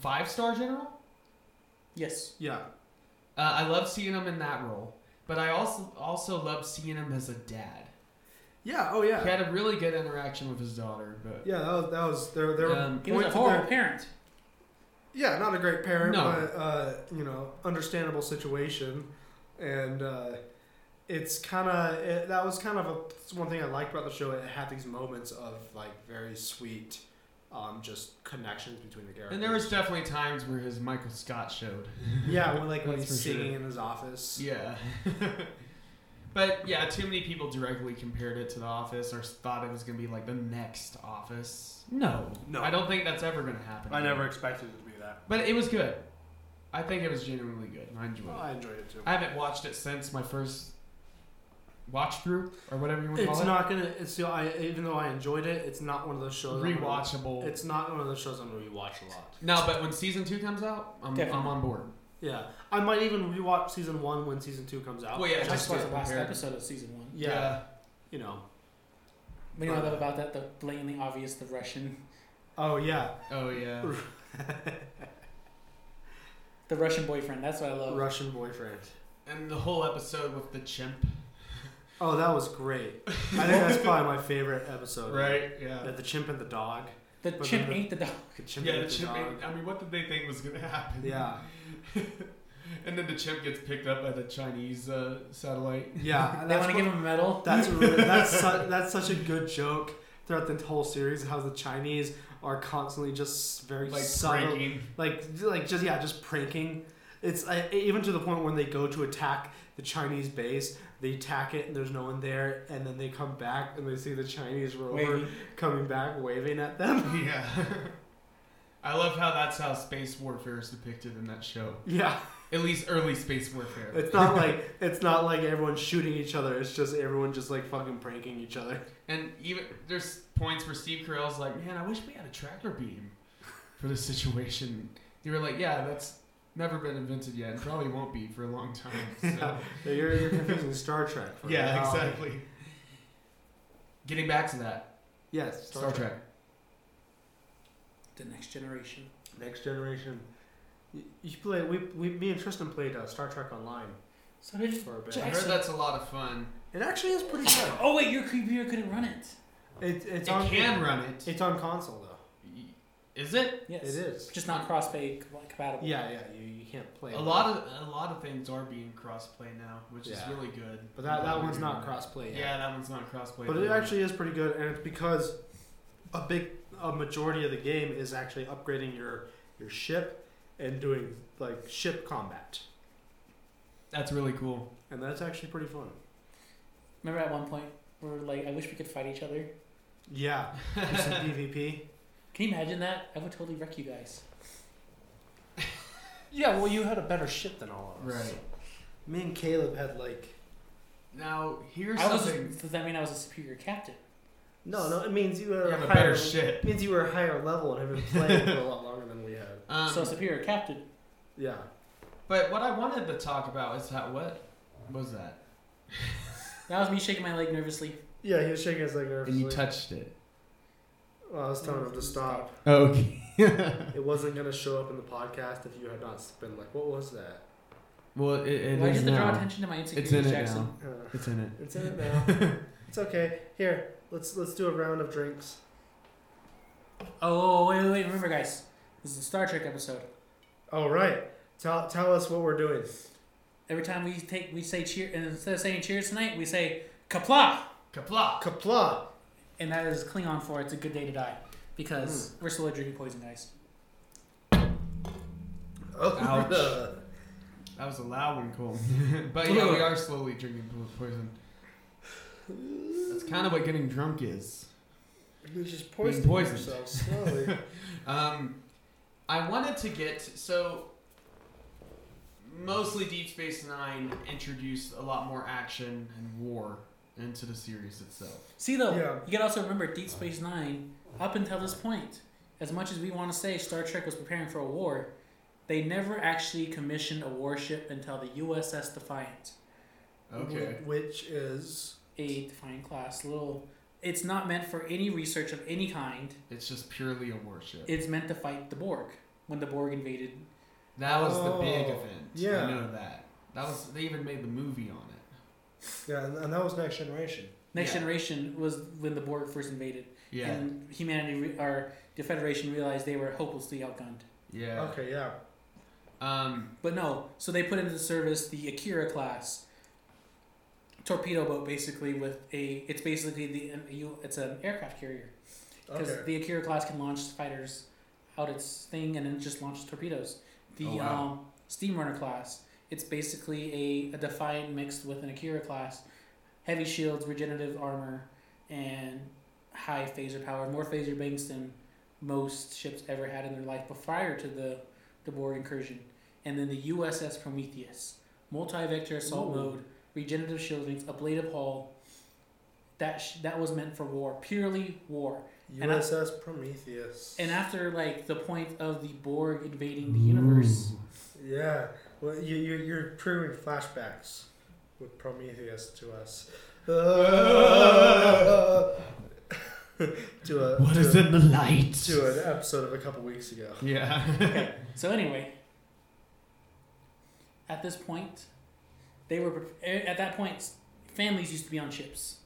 five star general. Yes. Yeah, Uh, I love seeing him in that role, but I also also love seeing him as a dad. yeah, oh yeah, He yeah. had a really good interaction with his daughter, but that was, that was there. There were Um, He was a points in horrible there- parent. Yeah, not a great parent, No. but uh, you know, understandable situation, and uh, it's kind of it, that was kind of a, it's one thing I liked about the show. It had these moments of like very sweet, um, just connections between the characters. and there was definitely times where his Michael Scott showed. yeah, when like when That's he's for sure. singing in his office. Yeah. but yeah, too many people directly compared it to The Office or thought it was going to be like the next Office. No. No. I don't think that's ever going to happen. I never expected it to be that. But it was good. I think it was genuinely good. and I enjoyed Well, it. I enjoyed it too. I haven't watched it since my first watch through or whatever you want to call It's it. not gonna. It's still. I even though I enjoyed it, it's not one of those shows. I'm gonna- Rewatchable. It's not one of those shows I'm gonna rewatch a lot. no, but when season two comes out, I'm, I'm Definitely. on board. Yeah, I might even rewatch season one when season two comes out. Well, yeah, I just just watched to the last compare. episode of season one. yeah, you know. But you know what I love about that? The blatantly obvious, the Russian, Oh yeah, Oh yeah. the Russian boyfriend. That's what I love. Russian boyfriend. And the whole episode with the chimp. Oh, that was great. I think that's probably my favorite episode. Yeah. Yeah, the chimp and the dog. The But chimp the- ate the dog. The chimp yeah, and the chimp. dog. I mean, what did they think was gonna happen? Yeah, and then the chimp gets picked up by the Chinese uh, satellite. yeah. They That's, want to what- give him a medal. that's a really, that's su- that's such a good joke throughout the whole series. How the Chinese are constantly just very Like subtle, pranking. like like just yeah, just pranking. It's uh, even to the point when they go to attack the Chinese base, They attack it and there's no one there, and then they come back and they see the Chinese rover Waving. coming back waving at them. yeah. I love how that's how space warfare is depicted in that show. Yeah, At least early space warfare. it's not like it's not like everyone shooting each other. It's just everyone just like fucking pranking each other. And even there's points where Steve Carell's like, "Man, I wish we had a tractor beam for this situation." You were like, "Yeah, that's never been invented yet, and probably won't be for a long time." So. You're, you're confusing Star Trek. For Um, yeah, reality. exactly. Getting back to that Yes, Star Trek. The next generation. Next Generation. You, you play we, we me and Tristan played uh, Star Trek Online So did for a bit. I heard that's a lot of fun. It actually is pretty good. Oh wait, your computer couldn't run it. It, it's It on can run it. It's on console though. Is it? Yes. It is. Just not cross-play co- compatible. Yeah, yeah. You, you can't play A lot of a lot of things are being cross-play now, which is Yeah. really good. But that, Mm-hmm. that one's not cross play. Yeah. that one's not cross-play. But it actually is pretty good, and it's because a big a majority of the game is actually upgrading your your ship and doing like ship combat, that's really cool. and that's actually pretty fun. Remember at one point we were like, I wish we could fight each other. Yeah, do some PvP. Can you imagine that? I would totally wreck you guys. Yeah, well, you had a better ship than all of us. Right. Me and Caleb had like Now here's I was. something. Does that mean I was a superior captain? no, no. It means you You were a have a higher, better ship. It means you were a higher level and have been playing for a lot longer than we had. Um, so a superior captain. Yeah. but what I wanted to talk about is how what was that? That was me shaking my leg nervously. Yeah, he was shaking his leg nervously. And you touched it. well, I was telling him to stop. Oh, okay. It wasn't gonna show up in the podcast if you had not been like, "What was that?" Well, it, it Why is did they draw now. attention to my It's insecurities, in it Jackson? now. Uh, It's in it. it's in it now. it's okay. Here, let's let's do a round of drinks. Oh wait, wait, wait! Remember, guys, this is a Star Trek episode. All right. Tell tell us what we're doing. Every time we take, we say cheer, and instead of saying cheers tonight, we say kapla, Kapla. Kapla. and that is Klingon for "It's a good day to die," because we're slowly drinking poison, guys. Oh, Ouch. That was a loud one, Cole. but yeah, we are slowly drinking po- poison. That's kind of what getting drunk is. We're just Being poisoning poisoned. ourselves slowly. Um, I wanted to get so mostly Deep Space Nine introduced a lot more action and war into the series itself. See though, Yeah. you gotta also remember Deep Space Nine. Up until this point, as much as we want to say Star Trek was preparing for a war, they never actually commissioned a warship until the USS Defiant, Okay. Wh- Which is a Defiant class. Little, it's not meant for any research of any kind. It's just purely a warship. It's meant to fight the Borg when the Borg invaded That was the big Oh, event. yeah. I know that. That was they even made the movie on it. yeah, and, and that was Next Generation. Next Yeah. Generation was when the Borg first invaded, Yeah. and humanity re- or the Federation realized they were hopelessly outgunned. yeah. Okay, yeah. Um But no, so they put into service the Akira class torpedo boat, basically with a. It's basically the an- you. It's an aircraft carrier because Okay. the Akira class can launch fighters out its thing and then just launch torpedoes. The Oh, wow. um, Steamrunner class. It's basically a, a Defiant mixed with an Akira class, heavy shields, regenerative armor, and high phaser power. More phaser banks than most ships ever had in their life, but prior to the the Borg incursion, and then the USS Prometheus, multi-vector assault Ooh. mode, regenerative shieldings, ablative hull. That sh- that was meant for war, purely war. And I- USS Prometheus. And after like the point of the Borg invading the universe, Yeah, well, you, you, you're proving flashbacks with Prometheus to us. to a to, a- in the light? to an episode of a couple weeks ago. Yeah. So anyway, at this point, they were eh, at that point families used to be on ships.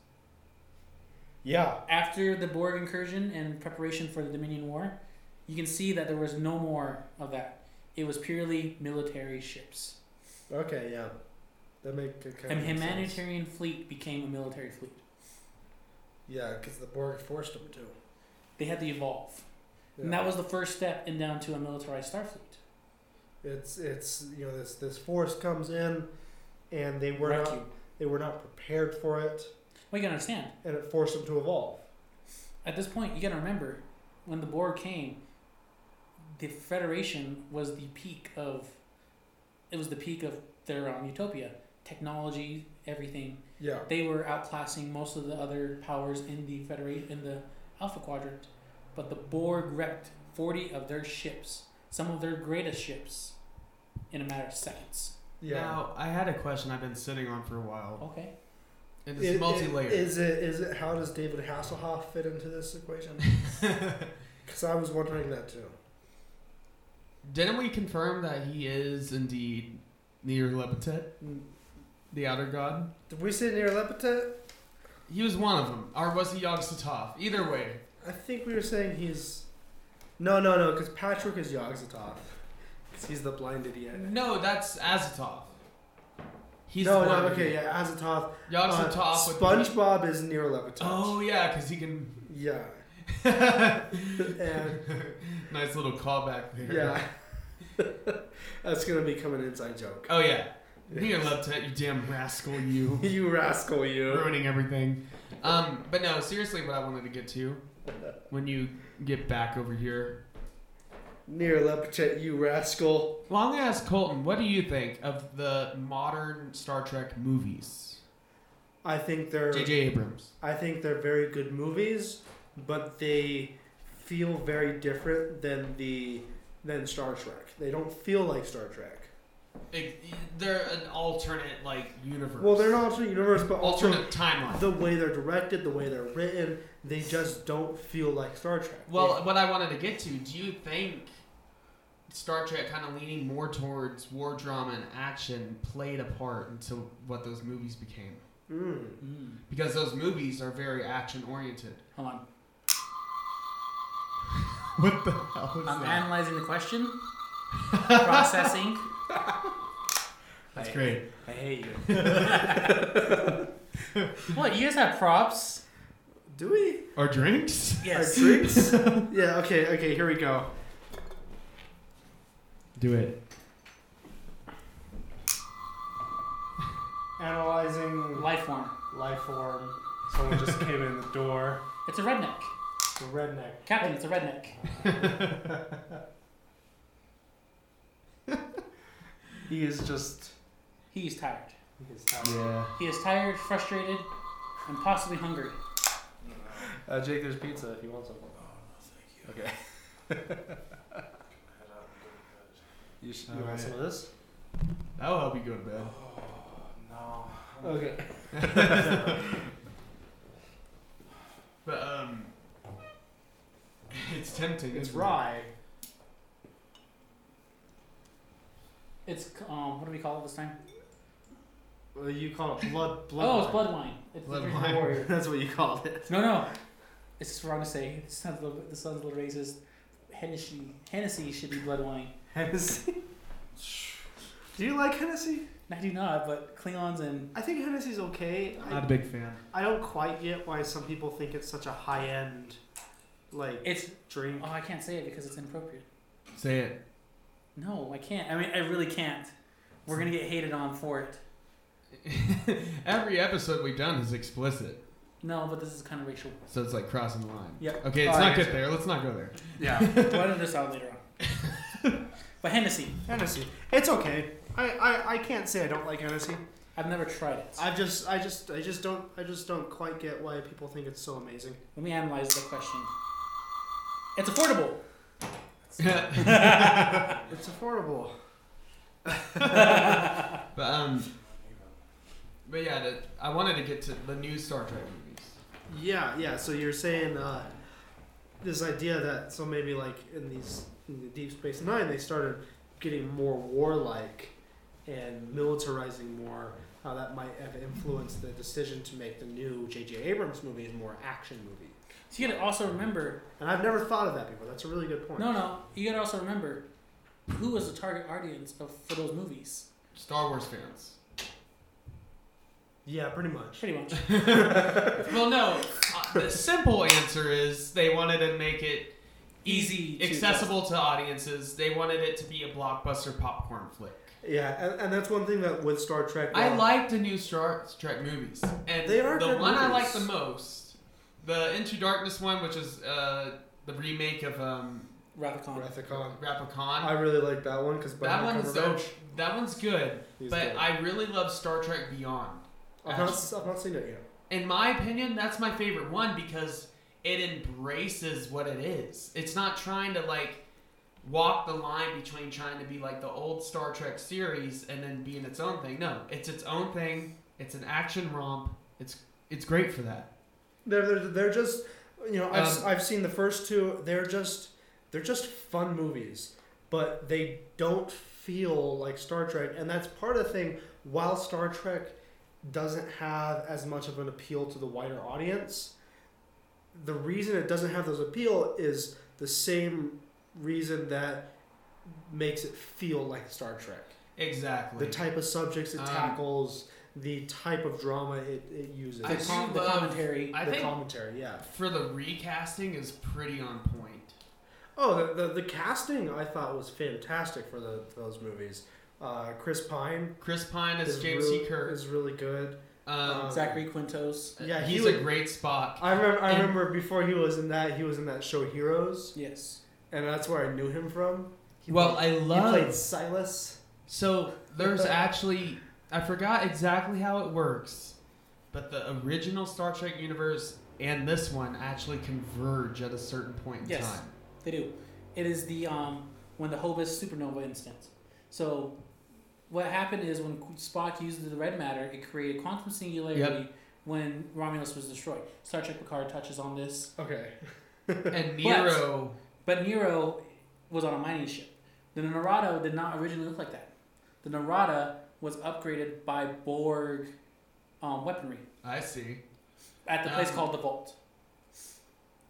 Yeah, After the Borg incursion and preparation for the Dominion War, you can see that there was no more of that. It was purely military ships. okay, yeah, that make that kind An of makes sense. humanitarian fleet became a military fleet. Yeah, because the Borg forced them to. They had to evolve. Yeah. And that was the first step in down to a militarized starfleet. it's it's you know this this force comes in, and they were Wreck not you. They were not prepared for it, Well, you gotta understand. and it forced them to evolve. At this point, you gotta remember when the Borg came, the Federation was the peak of. It was the peak of their um, utopia, technology, everything. Yeah. They were outclassing most of the other powers in the Federation in the Alpha Quadrant, but the Borg wrecked forty of their ships, some of their greatest ships, in a matter of seconds. Yeah. Now, I had a question I've been sitting on for a while. Okay. It It- is it- multi-layered. Is it is it how does David Hasselhoff fit into this equation? Because I was wondering that too. Didn't we confirm that he is indeed near Lepetet, the outer god? Did we sit near Lepetet? He was one of them, or was he Yog Sothoth? Either way, I think we were saying he's. No, no, no, because Patrick is Yog Sothoth. 'Cause he's the blind idiot. no, that's Azathoth. He's no, the no, one- okay, yeah, Azathoth. Yog Uh, Sothoth. with- SpongeBob is near Levitate. Oh yeah, because he can. Yeah. And nice little callback there. yeah. That's gonna become an inside joke. Oh yeah, near Lepetet, you damn rascal, you you rascal, you. ruining everything. Um, but no, seriously, what I wanted to get to when you get back over here Near Levitate, you rascal. Well, I'm gonna ask Colton, what do you think of the modern Star Trek movies? I think they're J.J. Abrams. I think they're very good movies, but they feel very different than the than Star Trek. They don't feel like Star Trek. they're an alternate like universe. Well, they're not alternate universe, but also alternate timeline. the way they're directed, the way they're written, they just don't feel like Star Trek. well, uh, what I wanted to get to, do you think Star Trek kind of leaning more towards war drama and action played a part into what those movies became? Mm. Mm. Because those movies are very action oriented. Hold on. What the hell is I'm analyzing the question, processing. That's great. I hate you. What you guys have props? Do we? Or drinks? Our drinks? yeah, okay, okay, here we go. Do it. Analyzing Life form. life form. Someone just came in the door. It's a redneck. The redneck. Captain, it's a redneck. He is just. He's tired. He is out. Yeah. He is tired, frustrated, and possibly hungry. Uh, Jake, there's pizza if you want Oh, something. Okay. you should, you Alright. want some of this? That'll help you go to bed. Okay. But um, it's tempting. It's isn't it? rye. It's um, what do we call it this time? Well, you call it blood. blood oh, it's bloodline. It's Blood the Virgin wine. warrior. That's what you called it. No, no. It's just wrong to say. This sounds a little. This sounds a little racist. Hennessy. Hennessy should be blood wine. Hennessy. Do you like Hennessy? I do not, but Klingons and I think Hennessy's okay. Not a I, big fan. I don't quite get why some people think it's such a high end, like it's. drink. Oh, I can't say it because it's inappropriate. Say it. No, I can't. I mean, I really can't. We're gonna get hated on for it. Every episode we've done is explicit, No, but this is kind of racial. so it's like crossing the line. Yep. Okay, let's Oh, I not get get there. Let's not go there. Yeah, We'll edit this out later on. but Hennessy, Hennessy. It's okay. I, I, I can't say I don't like Hennessy. I've never tried it. I just I just I just don't I just don't quite get why people think it's so amazing. Let me analyze the question. It's affordable. It's affordable. but um, but yeah, the, I wanted to get to the new Star Trek movies. Yeah, yeah. So you're saying uh, this idea that so maybe like in these in the Deep Space Nine they started getting more warlike and militarizing more. How that might have influenced the decision to make the new J.J. Abrams movies more action movie. So you gotta also remember. And I've never thought of that before. That's a really good point. No, no. You gotta also remember who was the target audience of, for those movies. Star Wars fans. Yeah, pretty much. Pretty much. Well, no. Uh, the simple answer is they wanted to make it Easy to accessible to audiences. They wanted it to be a blockbuster popcorn flick. Yeah, and, and that's one thing that with Star Trek. I uh, well, like the new Star Trek movies, and They are the good one I like movies. the most, the Into Darkness one, which is uh, the remake of um, Rathacon. Wrath of Khan. Rapacon. I really like that one because That one's so, that one's good, but good. I really love Star Trek Beyond. I've not, I've not seen it yet. In my opinion, that's my favorite one because it embraces what it is. It's not trying to like walk the line between trying to be like the old Star Trek series and then being its own thing. No, it's its own thing. It's an action romp. It's it's great for that. They're they're, they're just you know I've, Um, I've seen the first two. They're just they're just fun movies, but they don't feel like Star Trek, and that's part of the thing. While Star Trek doesn't have as much of an appeal to the wider audience, the reason it doesn't have those appeal is the same reason that makes it feel like Star Trek. Exactly. The type of subjects it Um, tackles, the type of drama it, it uses, I The, do com- the love- commentary. I the think commentary. Yeah. for the recasting is pretty on point. Oh, the, the, the casting I thought was fantastic for the for those movies. Uh, Chris Pine Chris Pine is is James real- C. Kirk. is really good. Um, Zachary Quintos. uh, yeah, he he's would- a great Spock. I remember I And- remember before he was in that he was in that show Heroes, Yes. and that's where I knew him from. He Well, played, I love he played Silas. So there's actually I forgot exactly how it works, but the original Star Trek universe and this one actually converge at a certain point in Yes. time. They do. It is the um when the Hobus supernova instance. So what happened is when Spock used the red matter, it created quantum singularity when Romulus was destroyed. Star Trek Picard touches on this, Okay. And Nero but Nero was on a mining ship. The Narada did not originally look like that. The Narada was upgraded by Borg um, weaponry I see. at the place Um, called the Vault.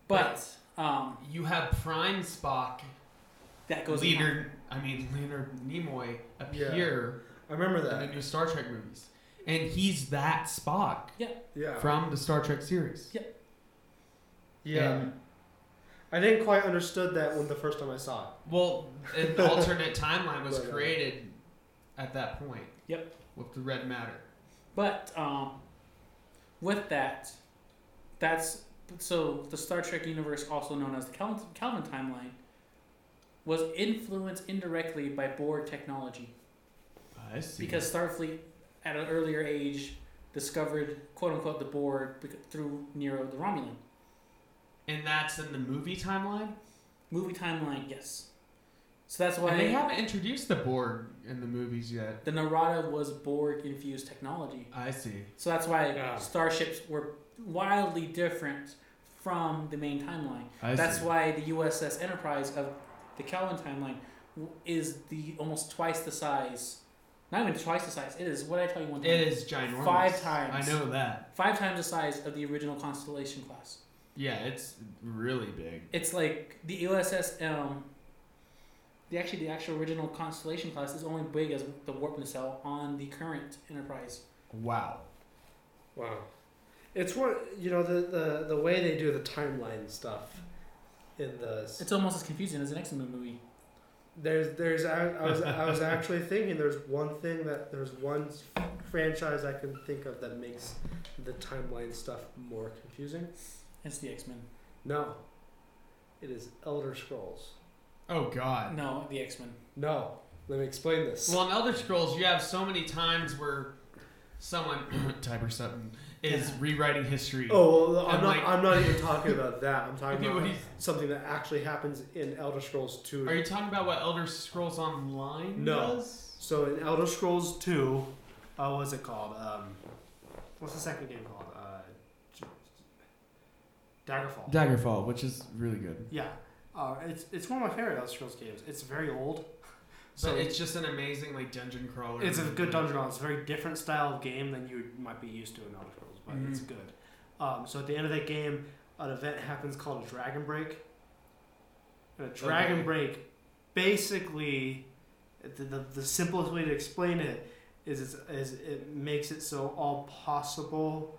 But um, You have Prime Spock that goes in time. Leonard I mean Leonard Nimoy Yeah. appear I remember in that. the new Star Trek movies. And he's that Spock Yeah. from the Star Trek series. yeah. And- I didn't quite understood that when the first time I saw it. Well, an alternate timeline was Right, right. created at that point. uh, Yep. With the red matter. But um, with that, that's so the Star Trek universe, also known as the Calvin, Calvin timeline, was influenced indirectly by Borg technology I see. because Starfleet, at an earlier age, discovered "quote unquote" the Borg bec- through Nero the Romulan. And that's in the movie timeline. Movie timeline, yes. So that's and they why haven't introduced the Borg in the movies yet. the Narada was Borg infused technology. I see. So that's why Yeah. starships were wildly different from the main timeline. I That's why the USS Enterprise of the Kelvin timeline w- is the almost twice the size. Not even twice the size. It is what did I tell you one time. It is ginormous. Five times. I know that. Five times the size of the original Constellation class. Yeah, it's really big. It's like the USS um. The actually the actual original Constellation class is only big as the warp nacelle on the current Enterprise. Wow. Wow. It's what you know the, the the way they do the timeline stuff in the It's almost as confusing as the next movie. There's, there's, I, I was, I was actually thinking. There's one thing that there's one franchise I can think of that makes the timeline stuff more confusing. It's the X Men. No, it is Elder Scrolls. Oh God. No, the X Men. No, let me explain this. Well, in Elder Scrolls, you have so many times where someone, Tyber Sutton, is Yeah. rewriting history. oh, well, I'm I'm not, like- I'm not even talking about that. I'm talking Okay, what about he's- something that actually happens in Elder Scrolls Two. Are you talking about what Elder Scrolls Online No. does? so in Elder Scrolls Two, uh, what's it called? Um, what's the second game called? Uh, J- Daggerfall. Daggerfall, which is really good. Yeah, uh, it's it's one of my favorite Elder Scrolls games. It's very old, so But it's just an amazing like dungeon crawler. it's a good dungeon crawl. It's a very different style of game than you might be used to in Elder Scrolls, but it's Mhm. good. Um, so at the end of that game, an event happens called a Dragon Break. And a Dragon Okay. Break, basically, the, the, the simplest way to explain it is it's, is it makes it so all possible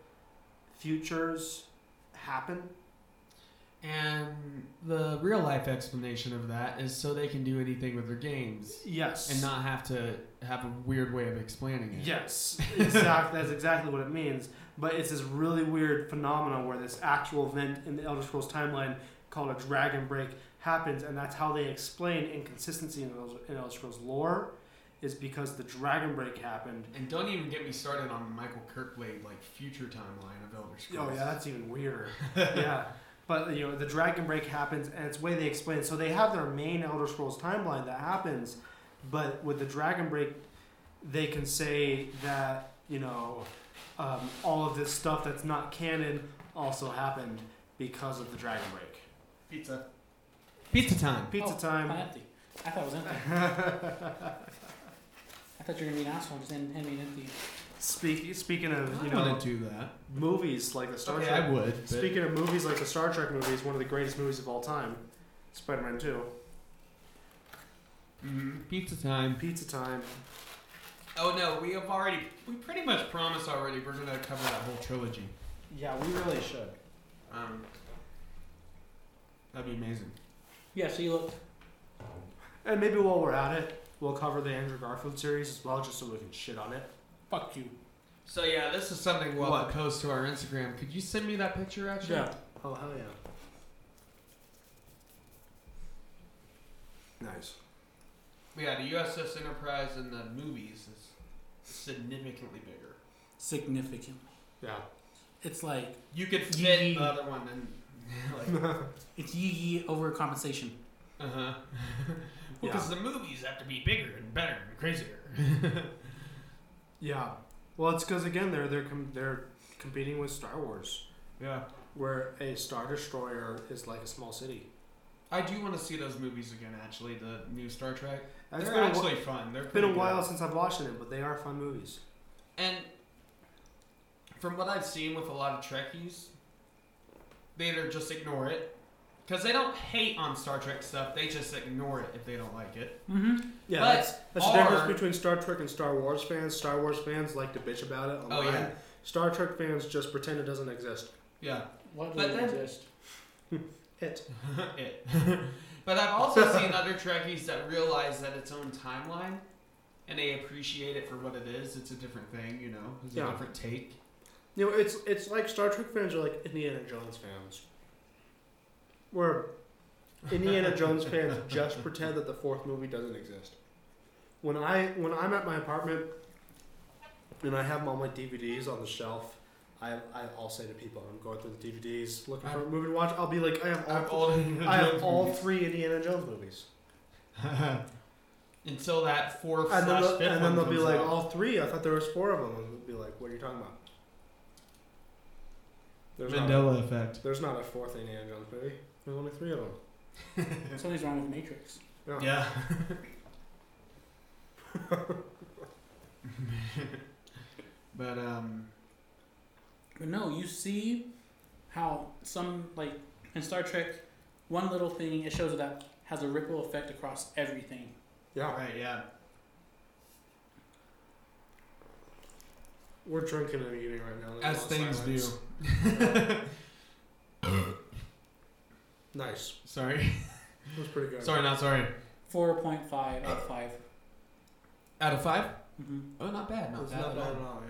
futures happen. And the real life explanation of that is so they can do anything with their games Yes. and not have to have a weird way of explaining it. Yes, exactly. that's exactly what it means. But it's this really weird phenomenon where this actual event in the Elder Scrolls timeline called a Dragon Break happens, and that's how they explain inconsistency in Elder, in Elder Scrolls lore, is because the Dragon Break happened. And don't even get me started on Michael Kirkblade like future timeline of Elder Scrolls. Oh yeah, that's even weirder. yeah. But you know, the Dragon Break happens and it's the way they explain it. So they have their main Elder Scrolls timeline that happens, but with the Dragon Break they can say that, you know, um, all of this stuff that's not canon also happened because of the Dragon Break. pizza. Pizza time. Pizza Oh, I'm time. empty. I thought it was empty. I thought you were gonna be an asshole and just hand hand me an empty. Speak, speaking of, you I know, want to do that. movies like the Star Okay, Trek I would. but- Speaking of movies like the Star Trek movies, one of the greatest movies of all time, Spider Man 2. Mhm, Pizza time. Pizza time. Oh no, we have already. We pretty much promised already we're gonna cover that whole trilogy. Yeah, we really should. Um, that'd be amazing. Yeah, so you look. And maybe while we're at it, we'll cover the Andrew Garfield series as well, just so we can shit on it. Fuck you. So yeah, this is something we'll What? post to our Instagram. Could you send me that picture actually? Yeah. Oh, hell yeah. Nice. Yeah, the USS Enterprise in the movies is significantly bigger. Significantly. Yeah. It's like You could fit fit the the other one in. Like, it's yee yee overcompensation. uh huh. Well, Because 'cause the movies have to be bigger and better and crazier. Yeah. Well, it's because, again, they're, they're, com- they're competing with Star Wars, yeah. where a Star Destroyer is like a small city. I do want to see those movies again. Actually, the new Star Trek. It's They're been, a, wh- actually fun. They're it's been pretty a good. while since I've watched them, but they are fun movies. And from what I've seen with a lot of Trekkies, they either just ignore it because they don't hate on Star Trek stuff. They just ignore it if they don't like it. Mm-hmm. Yeah, But that's, that's the are- difference between Star Trek and Star Wars fans. Star Wars fans like to bitch about it Oh, online. yeah. Star Trek fans just pretend it doesn't exist. Yeah, What But does then- exist? It. it. but I've also seen other Trekkies that realize that its own timeline, and they appreciate it for what it is. It's a different thing, you know. It's Yeah. a different take. You know, it's it's like Star Trek fans are like Indiana Jones fans. Where Indiana Jones fans just pretend that the fourth movie doesn't exist. When I when I'm at my apartment and I have all my DVDs on the shelf, I I I'll say to people I'm going through the DVDs looking for a movie to watch. I'll be like I have all I've all I have all three Indiana Jones movies. until that fourth And then, slash they'll, fifth and then one they'll be comes like, oh, out. all three. I thought there was four of them. And they'll be like, what are you talking about? There's, not, Mandela effect. there's not a fourth Indiana Jones movie. There's only three of them. Something's wrong with Matrix. Yeah. but um But no, you see how some like in Star Trek, one little thing it shows that has a ripple effect across everything. Yeah, right, yeah. we're drinking and eating right now. There's As a lot of things do. silence. Nice. Sorry. That was pretty good. Sorry, not sorry. Four point five out of five. Out of five? Mm-hmm. Oh not bad, not It's bad not at bad at all. all.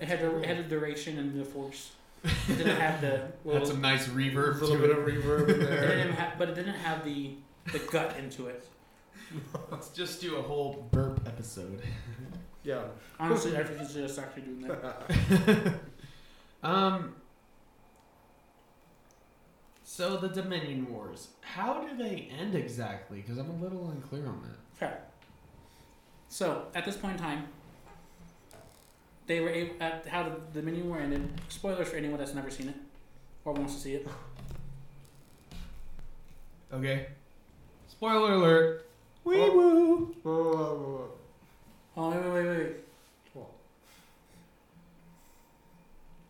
It had a, it had a duration and the force. It didn't have the Yeah. Had some nice reverb. a little to bit it. of reverb in it there. didn't have, but it didn't have the the gut into it. Let's just do a whole burp episode. yeah. Honestly, I should just actually doing that. um so the Dominion Wars, how do they end exactly? Because I'm a little unclear on that. Okay. So at this point in time, they were able at how the, the mini war ended. Spoilers for anyone that's never seen it or wants to see it. Okay. Spoiler alert. Wee Oh. woo. Whoa, whoa, whoa, whoa. Oh wait wait wait wait.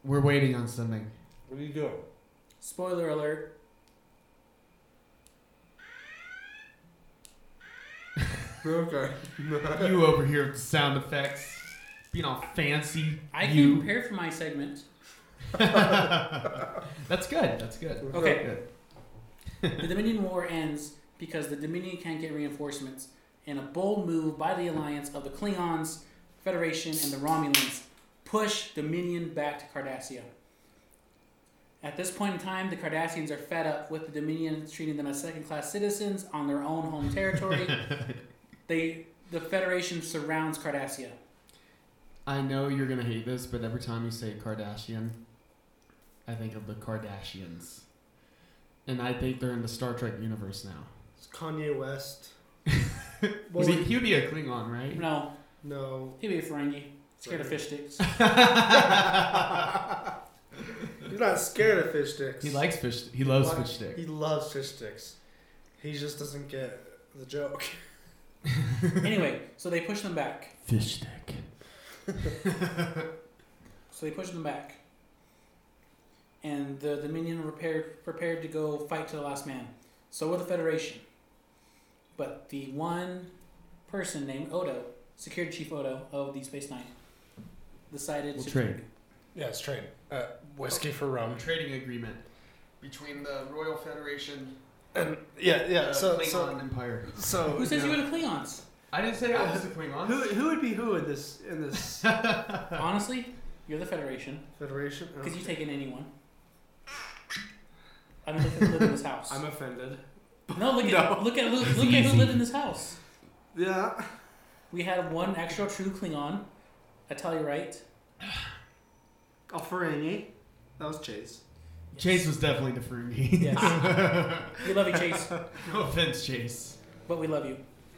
We're waiting on something. What are you doing? Spoiler alert. Okay. you over here with the sound effects, being all fancy. I can you. prepare for my segment. That's good. That's good. Okay. Good. the Dominion War ends because the Dominion can't get reinforcements, and a bold move by the alliance of the Klingons, Federation, and the Romulans push Dominion back to Cardassia. At this point in time, the Cardassians are fed up with the Dominion treating them as second-class citizens on their own home territory. they, the Federation surrounds Cardassia. I know you're gonna hate this, but every time you say Kardashian, I think of the Kardashians, and I think they're in the Star Trek universe now. It's Kanye West. Was he, he would be a Klingon, right? No, No. he'd be a Ferengi. Scared of fish sticks. He's not scared of fish sticks. He likes fish. He loves Why- fish stick. He loves fish sticks. He just doesn't get the joke. anyway, so they push them back. Fish stick. So they push them back. And the Dominion prepared, prepared to go fight to the last man. So were the Federation. But the one person named Odo, Security Chief Odo of Deep Space Nine, decided We'll to trade. Yeah, it's train. Uh, whiskey for rum. Oh, Trading agreement between the Royal Federation And yeah, yeah. the So, Klingon so, Empire. so Who says yeah. you were the Klingons? I didn't say I was the Klingon. Who, who would be who in this in this Honestly, you're the Federation. federation? Oh. Because you take in anyone. I don't look at who lived in this house. I'm offended. no, look at No. look at look, look at who lived in this house. Yeah. We had one actual true Klingon, a Tellurite. A Oh, Ferengi. That was Chase. Yes. Chase was definitely the Ferengi. Yes. we love you, Chase, no offense, Chase. but we love you.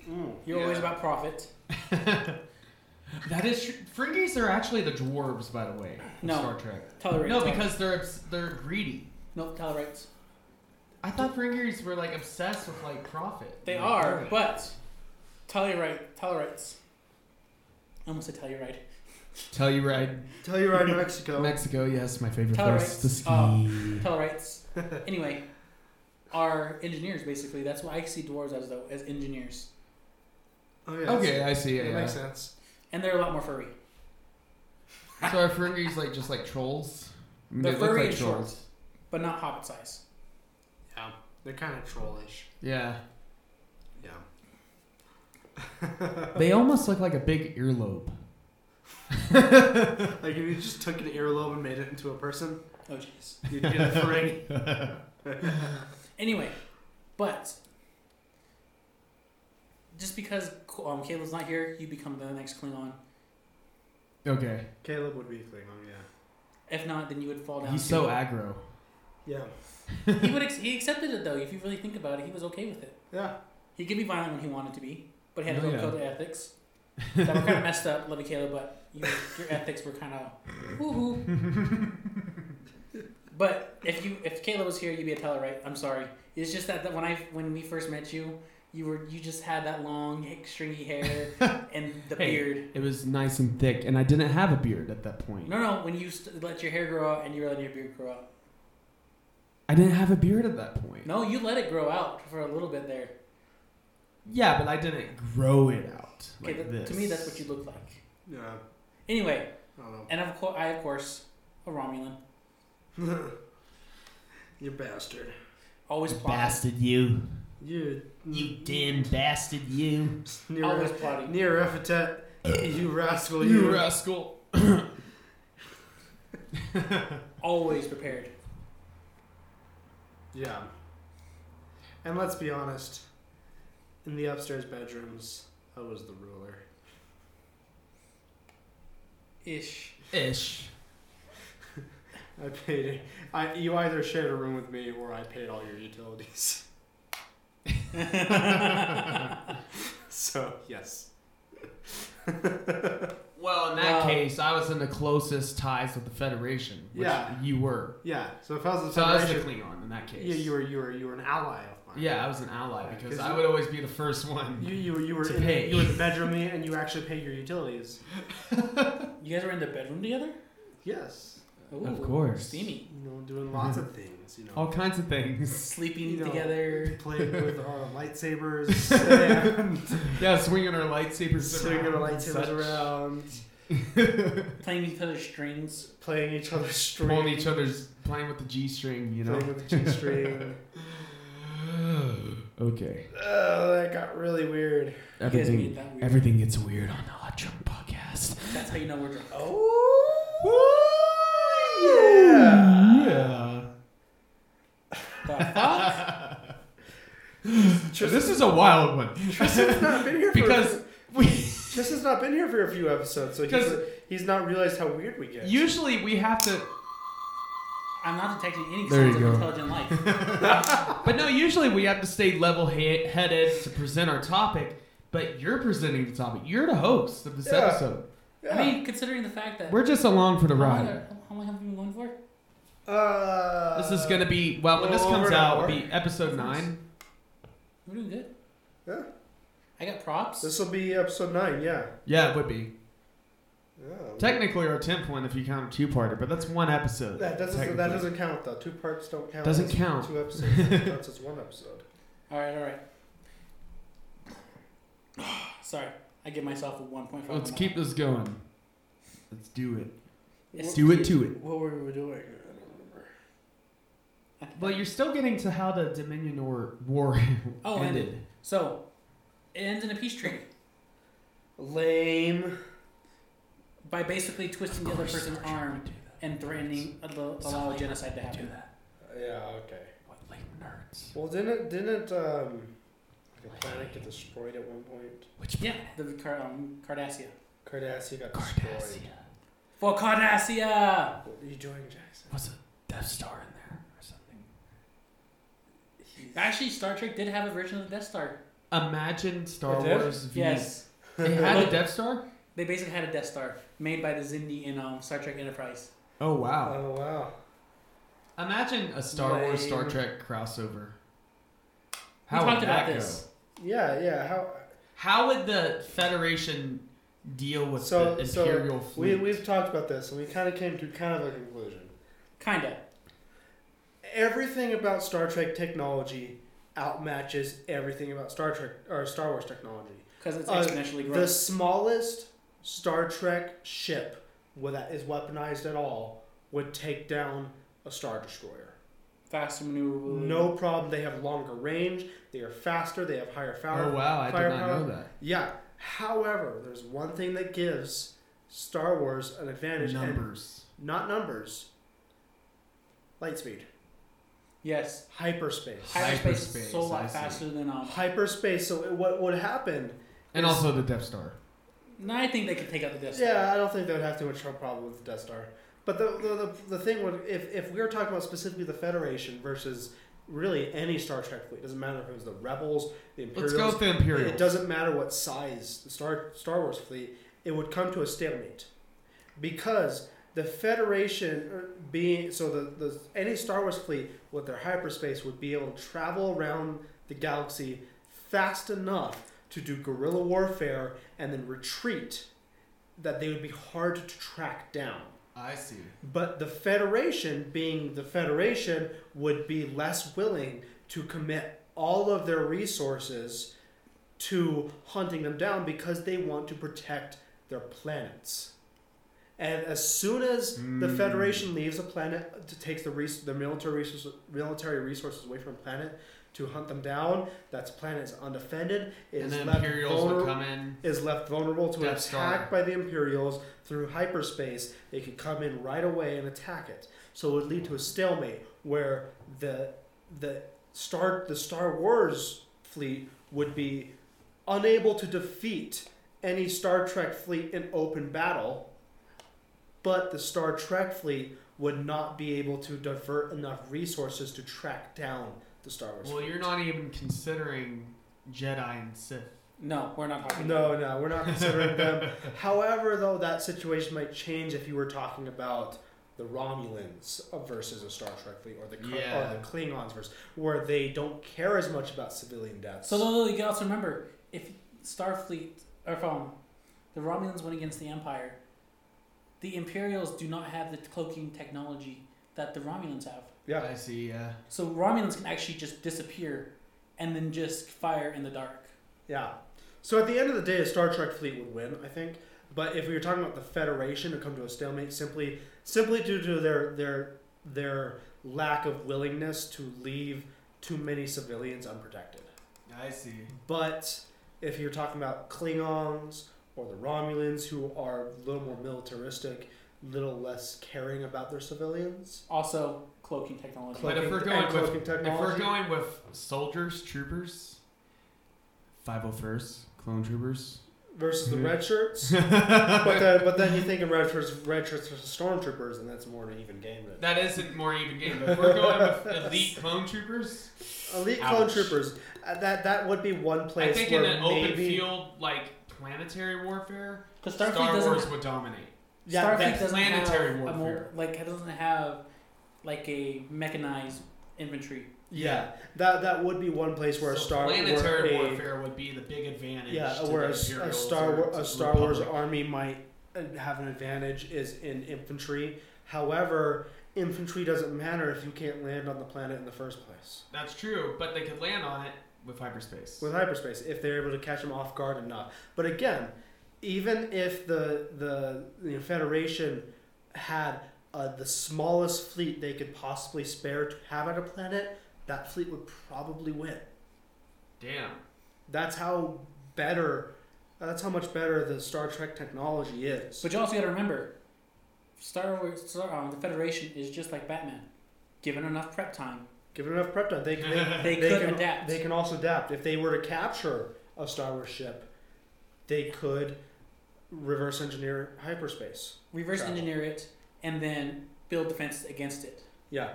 Mm. You're Yeah. always about profit. That is true. Ferengis are actually the dwarves, by the way. of No. Star Trek. Tellurite. No, because they're obs- they're greedy. no Tellurites. I thought Ferengis were like obsessed with like profit. They Like, are, profit. but Tellurite, Tellurites. I almost said Tellurite. Tell you right, Tell you right, Mexico. Mexico. Yes, my favorite Tellurites. place to ski. Oh, Tellurites. anyway, are engineers basically. That's what I see dwarves as though as engineers, oh, yeah, okay, I see. That Yeah, yeah. makes sense. and they're a lot more furry. So are Ferengis like just like trolls? I mean, They're they look furry like and short, trolls. but not hobbit size. Yeah. They're kind of trollish. Yeah. Yeah. They almost look like a big earlobe. Like if you just took an earlobe and made it into a person, Oh jeez. you'd get a Ferengi. Anyway, but just because um, Caleb's not here, you become the next Klingon. Okay. Caleb would be a Klingon. Yeah. If not, then you would fall down. He's too. so aggro. Yeah. he would ex- he accepted it though. If you really think about it, he was okay with it. Yeah. He could be violent when he wanted to be, but he had to Oh, go yeah. code ethics that were kind of messed up. Love you, Caleb, but you, your ethics were kind of woohoo. but if you if Caleb was here, you'd be a teller, right? I'm sorry. It's just that, that when I when we first met you, you were you just had that long stringy hair and the Hey. beard. It was nice and thick, and I didn't have a beard at that point. No, no. When you st- let your hair grow out and you let your beard grow out. I didn't have a beard at that point. No, you let it grow out for a little bit there. Yeah, but I didn't grow it out Okay, like that, this. to me, that's what you look like. Yeah. Anyway, I don't know. and of course, I of course, a Romulan, you bastard. always plotting, Bastard you. You. Mm-hmm. bastard you. Near, always plotting. near Ephetet. you rascal. You. You rascal. always prepared. yeah. And let's be honest. In the upstairs bedrooms, I was the ruler. Ish. Ish. I paid. I you either shared a room with me or I paid all your utilities. so yes. Well, in that Wow. case, I was in the closest ties with the Federation, which Yeah. you were. Yeah. So if I was a So I was the federation, Klingon in that case. yeah, you were you were you were an ally of mine. Yeah, I was an ally Yeah, because 'cause I you- would always be the first one. You you were you were To in, pay. you were in the bedroom with me and you actually paid your utilities. You guys were in the bedroom together. Yes. Ooh, Of course. Steamy. You know, doing lots of things. You know. All kinds of things. Sleeping You know. together. Playing with our lightsabers and Yeah, swinging our lightsabers swinging our around. and lightsabers such. around, Playing each other's strings. playing each other's string, Pulling each other's, playing with the G string, you know? playing with the G string. Okay. Oh, that got really weird. You guys made Everything. that weird. Everything gets weird on the Hot Drunk Podcast. That's how you know we're drunk. Oh, Yeah. The fuck? This is a wild one Tristan's not been here for because we. Tristan's not been here for a few episodes, so he's, Because- he's not realized how weird we get. Usually we have to, I'm not detecting any There signs you of go. intelligent life. but no. Usually we have to stay level-headed to present our topic. But you're presenting the topic. You're the host of this Yeah. episode. Yeah. I mean, considering the fact that We're just along for the how long, ride. are, how long have we been going for? uh, This is gonna be well when this well, comes over an out, hour. it'll be episode nine. We're doing good. Yeah. I got props. This will be episode nine. Yeah. Yeah, it would be yeah. technically our tenth one if you count a two-parter, but that's one episode. That doesn't that technically. doesn't count though. Two parts don't count. Doesn't That's count. Two episodes. That counts as one episode. All right, all right. Sorry, I give myself a 1.5. Let's on keep that. this going. Let's do it. It's Do it cute. to it. What were we doing? I don't remember. Well, you're still getting to how the Dominion War, war Oh, ended. ended. So, it ends in a peace treaty Lame. by basically twisting the other person's arm and threatening to allow genocide to happen. Yeah. Okay. What lame nerds? Well, didn't didn't um, the planet get destroyed at one point? Which Yeah, the Car- um, Cardassia. Cardassia got Cardassia destroyed. For Cardassia! What are you doing, Jackson? was a Death Star in there or something. Actually, Star Trek did have a version of the Death Star. Imagine Star It did? Wars. V. Yes. It had a Death Star. They basically had a Death Star made by the Zindi in um, Star Trek Enterprise. Oh wow! Oh wow. Imagine a Star Wars Star Lame. Trek crossover. we talked would about that this. go? Yeah. Yeah. How How would the Federation deal with So- the so Imperial we fleet? we've talked about this, and we kind of came to kind of a conclusion. Kinda. Everything about Star Trek technology outmatches everything about Star Trek or Star Wars technology. Because it's Uh, exponentially growing. The smallest Star Trek ship well, that is weaponized at all would take down a Star Destroyer. Faster maneuverability. No problem. They have longer range. They are faster. They have higher power. Oh wow! I did not firepower. know that. Yeah. However, there's one thing that gives Star Wars an advantage. and- Numbers. not numbers. Light speed. Yes. Hyperspace. Hyperspace Hyperspace, is so I lot see. faster than um. Hyperspace. So it, what would happen? And is- also the Death Star. No, I think they could take out the Death Star. Yeah, I don't think they would have too much trouble problem with the Death Star. But the, the, the, the thing would, if, if we were talking about specifically the Federation versus really any Star Trek fleet, it doesn't matter if it was the Rebels, the Let's Imperials, go with the Imperial. it doesn't matter what size the Star, Star Wars fleet, it would come to a stalemate. Because the Federation er, being, so the, the any Star Wars fleet with their hyperspace would be able to travel around the galaxy fast enough to do guerrilla warfare and then retreat that they would be hard to track down. I see. But the Federation, being the Federation, would be less willing to commit all of their resources to hunting them down because they want to protect their planets. And as soon as the Mm. Federation leaves a planet to take the, res- the military, resources, military resources away from a planet to hunt them down, that planet is undefended. It And is the left Imperials vulner- would come in. is left vulnerable to an Death Star. attack by the Imperials through hyperspace, they could come in right away and attack it. So it would lead to a stalemate where the the Star the Star Wars fleet would be unable to defeat any Star Trek fleet in open battle, but the Star Trek fleet would not be able to divert enough resources to track down the Star Wars. Well, you're not even considering Jedi and Sith. No, we're not talking. No, no, we're not considering them. However, though, that situation might change if you were talking about the Romulans versus a Star Trek fleet, or the Kl- Yeah. or the Klingons versus, where they don't care as much about civilian deaths. So though you also remember if Starfleet or if um, the Romulans went against the Empire, the Imperials do not have the cloaking technology that the Romulans have. yeah, I see. Yeah. So Romulans can actually just disappear and then just fire in the dark. yeah. So at the end of the day, a Star Trek fleet would win, I think. But if we were talking about the Federation to come to a stalemate, simply simply due to their their their lack of willingness to leave too many civilians unprotected. I see. But if you're talking about Klingons or the Romulans, who are a little more militaristic, little less caring about their civilians, Also, cloaking technology. But if we're and going with- cloaking If we're technology, going with soldiers, troopers, 501st, clone troopers. versus the red shirts. but that then, but then you think of red shirts, red shirts versus stormtroopers, and that's more an even game. Than isn't more even game. But if we're going with elite clone troopers, elite clone Ouch. troopers. uh, That that would be one place I think where in an maybe open field, like planetary warfare, Because Starfleet Star doesn't. Wars would dominate. Yeah, Starfleet that's doesn't planetary have a mo- warfare. like it doesn't have like a mechanized infantry. yeah that that would be one place where a So Star where planetary a- warfare would be the big advantage. Yeah, to where a, the s- a Imperials Star or War, to a the Star Wars Republic. army might uh, have an advantage is in infantry. However, infantry doesn't matter if you can't land on the planet in the first place That's true, but they could land on it with hyperspace. with hyperspace if they're able to catch them off guard and not. But again, even if the the, the Federation had uh, the smallest fleet they could possibly spare to have at a planet, that fleet would probably win. Damn. That's how better. That's how much better the Star Trek technology is. But you also got to remember, Star Wars, Star, um, the Federation is just like Batman. Given enough prep time, Given enough prep time, they can, they, they, they could can adapt. They can also adapt. If they were to capture a Star Wars ship, they could reverse engineer hyperspace. reverse travel. engineer it and then build defenses against it. Yeah,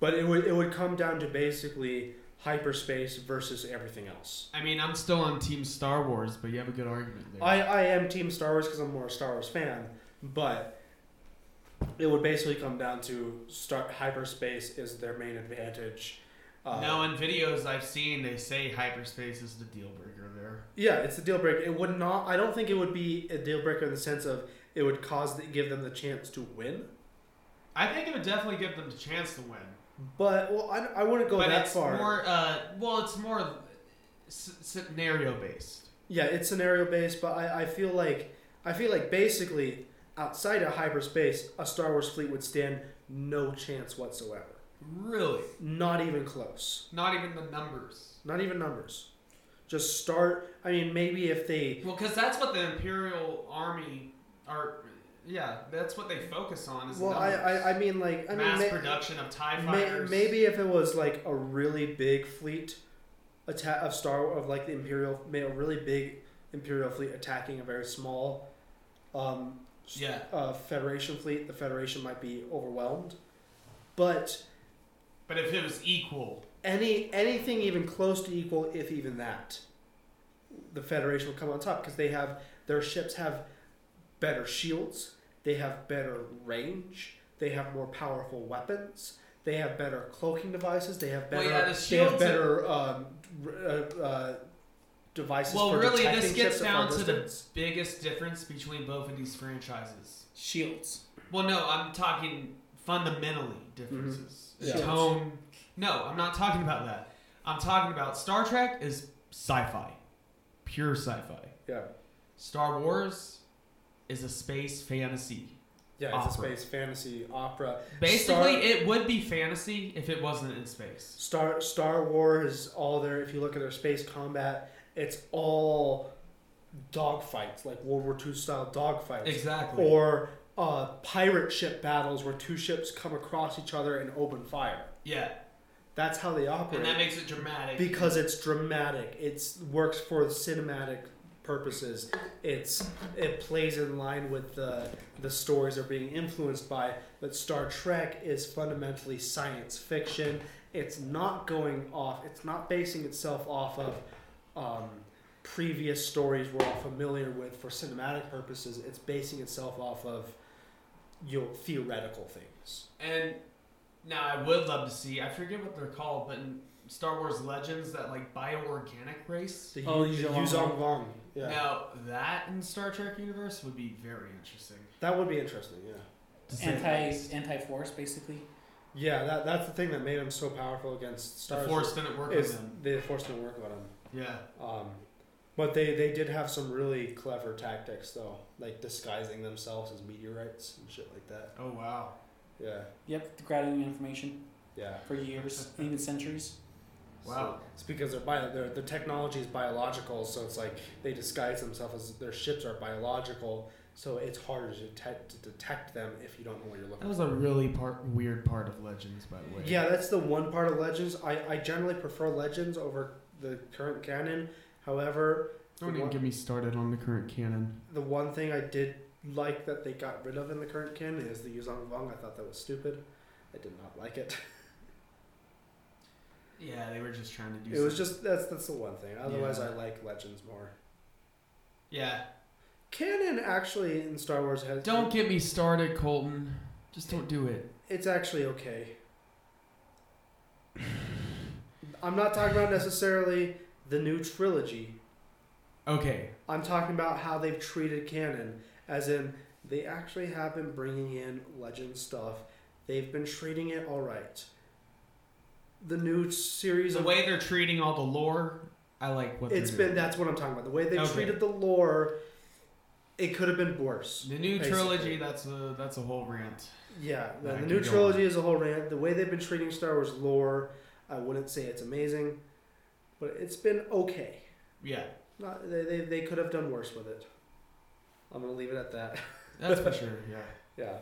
but it would it would come down to basically hyperspace versus everything else. I mean, I'm still on Team Star Wars, but you have a good argument there. I, I am Team Star Wars because I'm more a Star Wars fan, but it would basically come down to star, hyperspace is their main advantage. Uh, no, in videos I've seen, they say hyperspace is the deal breaker there. Yeah, it's a deal breaker. It would not. I don't think it would be a deal breaker in the sense of it would cause give them the chance to win. I think it would definitely give them the chance to win. But well, I, I wouldn't go but that it's far. more, uh, well, it's more s- scenario based. yeah, it's scenario based, but I, I feel like I feel like basically outside of hyperspace, a Star Wars fleet would stand no chance whatsoever. Really? Not even close. Not even the numbers. Not even numbers. Just start. I mean, maybe if they Well, because that's what the Imperial Army are. Yeah, that's what they focus on. Is well, I, numbers. I I mean like I mass mean ma- production of Tie May, fighters. maybe if it was like a really big fleet attack of Star of like the Imperial, may a really big Imperial fleet attacking a very small um, s- Yeah. uh, Federation fleet, the Federation might be overwhelmed. But But if it was equal, any anything even close to equal, if even that, the Federation will come on top because they have their ships have better shields, they have better range, they have more powerful weapons, they have better cloaking devices, they have Well, better yeah, the they have shields are- better um, r- uh, uh, devices. Well, for really, detecting this gets ships at down far to the- distance. biggest difference between both of these franchises. Shields. Well, no, I'm talking fundamentally differences. Mhm. Yeah. Tone. No, I'm not talking about that. I'm talking about Star Trek is sci-fi, pure sci-fi. yeah Star Wars is a space fantasy. yeah it's Opera. a space fantasy opera. Basically, Star- it would be fantasy if it wasn't in space. Star Star Wars, all their if you look at their space combat, it's all dogfights, like World War II style dogfights, Exactly. or uh, pirate ship battles where two ships come across each other and open fire. yeah, That's how they and that operate makes it dramatic. because it's dramatic. It's works for cinematic purposes. It's it plays in line with the the stories they're being influenced by. But Star Trek is fundamentally science fiction. It's not going off. It's not basing itself off of um, previous stories we're all familiar with for cinematic purposes. It's basing itself off of you know, theoretical things. And now I would love to see. I forget what they're called, but in Star Wars Legends, that like bioorganic race. The Oh, Yu- the Yuuzhan Yuuzhan Vong. Yeah, Now that in Star Trek universe would be very interesting. that would be interesting. Yeah. to say the Anti least. anti force basically. Yeah, that, that's the thing that made him so powerful against The Star Force didn't work with Is them. the Force didn't work on him. Yeah. Um, but they, they did have some really clever tactics though, like disguising themselves as meteorites and shit like that. Oh wow. Yeah, Yep, the grabbing information yeah. for years, even centuries. Wow. It's because their bio, their, their technology is biological, so it's like they disguise themselves as their ships are biological, so it's harder to detect, to detect them if you don't know what you're That looking was for. a really part weird part of Legends, by the way. Yeah, that's the one part of Legends. I, I generally prefer Legends over the current canon. However, Don't even get me started on the current canon. the one thing I did like that they got rid of in the current canon is the Yuzong Vong. I thought that was stupid. I did not like it. Yeah, they were just trying to do. It was just that's that's the one thing. Otherwise, Yeah. I like Legends more. Yeah. Canon actually in Star Wars has Don't get me started, Colton. Just don't do it. It's actually okay. I'm not talking about necessarily the new trilogy. Okay. I'm talking about how they've treated canon, as in they actually have been bringing in legend stuff. They've been treating it all right. The new series The of way they're treating all the lore, I like what it's they're been that's what I'm talking about. The way they've Okay. treated the lore, it could have been worse. doing. The new basically. trilogy. That's a that's a whole rant. Yeah, the, That the could new go trilogy is a whole rant. The way they've been treating Star Wars lore, I wouldn't say it's amazing, but it's been okay. Yeah, Not, they, they, they could have done worse with it. I'm gonna leave it at that. that's for sure. Yeah. Yeah.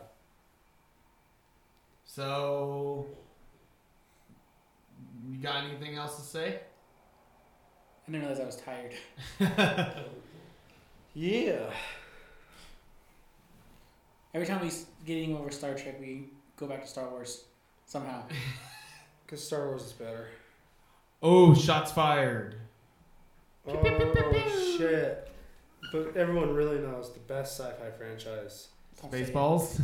So, you got anything else to say? I didn't realize I was tired. Yeah. Every time we s- getting over Star Trek, we go back to Star Wars somehow. Cause Star Wars is better. Oh, shots fired. Oh shit! But everyone really knows the best sci-fi franchise. Don't say it. Baseballs.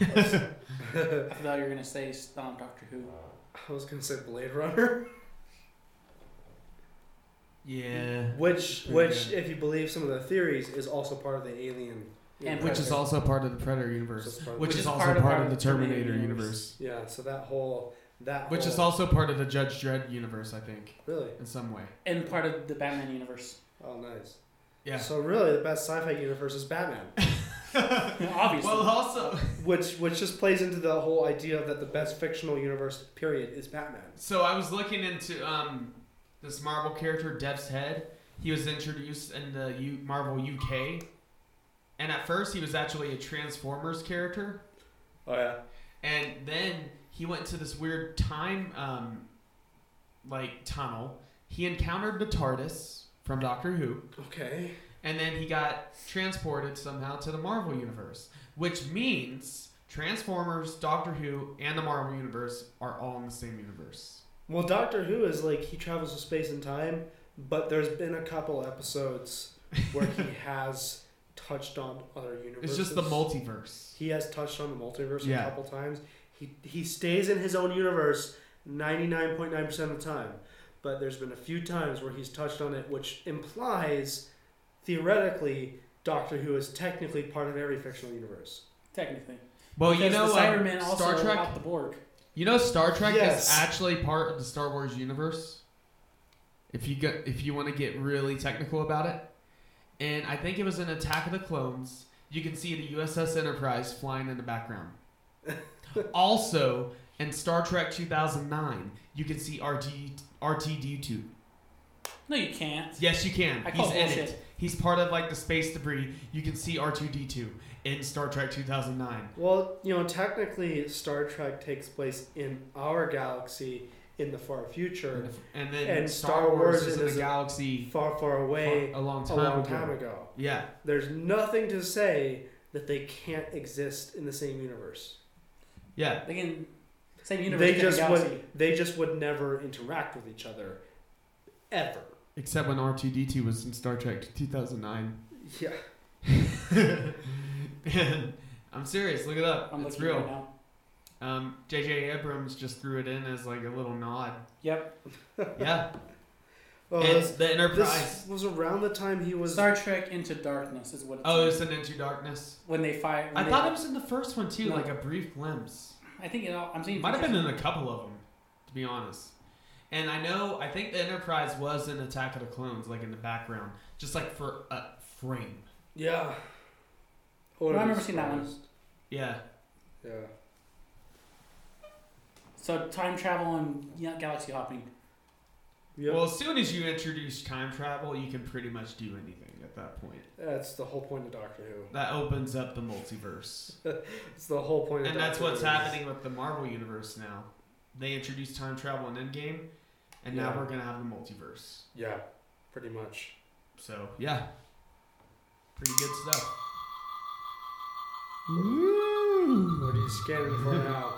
I thought you were gonna say um, Doctor Who. I was gonna say Blade Runner, Yeah. which Pretty which, good. if you believe some of the theories, is also part of the Alien. And Which is universe. also part of the Predator Which universe. is part of Which the- is also part of the Terminator universe. Yeah, so that whole that Which whole, is also part of the Judge Dredd universe, I think, really in some way. and part of the Batman universe. oh nice. Yeah. So really, the best sci-fi universe is Batman, Obviously, Well, also, which which just plays into the whole idea that the best fictional universe period is Batman. so I was looking into um, this Marvel character, Death's Head. He was introduced in the U- Marvel UK. And at first, he was actually a Transformers character. Oh yeah. And then he went to this weird time, um, like tunnel. He encountered the TARDIS from Doctor Who, Okay. and then he got transported somehow to the Marvel universe, which means Transformers, Doctor Who, and the Marvel universe are all in the same universe. Well, Doctor Who is like he travels with space and time, but there's been a couple episodes where he has touched on other universes. It's just the multiverse. He has touched on the multiverse Yeah. a couple times. He he stays in his own universe 99.9% of the time, but there's been a few times where he's touched on it, which implies theoretically Doctor Who is technically part of every fictional universe. technically. Well, you Because the know, um, Cybermen also Star Trek. out the Borg. You know, Star Trek Yes. is actually part of the Star Wars universe. If you go, if you want to get really technical about it, and I think it was in Attack of the Clones, you can see the USS Enterprise flying in the background. also, in Star Trek 2009, you can see RT RTD2. No, you can't. Yes, you can. I He's call in bullshit. it. He's part of like the space debris. You can see R2D2 in Star Trek 2009. Well, you know, technically Star Trek takes place in our galaxy in the far future. And then And Star, Star Wars, Wars is in is the a- galaxy far, far away a long a time long ago. time ago. Yeah. There's nothing to say that they can't exist in the same universe. Yeah. They can same universe. they just different would they just would never interact with each other, ever. Except when R2D2 was in Star Trek 2009. Yeah. I'm serious. Look it up. galaxy. I'm it's looking real. Right now. Um, J.J. Abrams just threw it in as like a little nod. Yep. Yeah. Well, And this, the Enterprise. this was around the time he was. Star Trek Into Darkness is what. It's Oh, it's an Into Darkness. when they fire. when I they- thought it was in the first one too, No. like a brief glimpse. I think it all. I'm seeing. It might have been in a couple of them, to be honest. And I know, I think the Enterprise was in Attack of the Clones, like in the background, just like for a frame. Yeah. Well, I remember seeing that one. Yeah. Yeah. So time travel and yeah, galaxy hopping. Yep. Well, as soon as you introduce time travel, you can pretty much do anything at that point. that's the whole point of Doctor Who. That opens up the multiverse. It's the whole point of And that's Doctor what's Who is- happening with the Marvel universe now. They introduced time travel in Endgame, and now Yeah. we're gonna have the multiverse. Yeah, pretty much. So yeah, pretty good stuff. What are you scanning for now?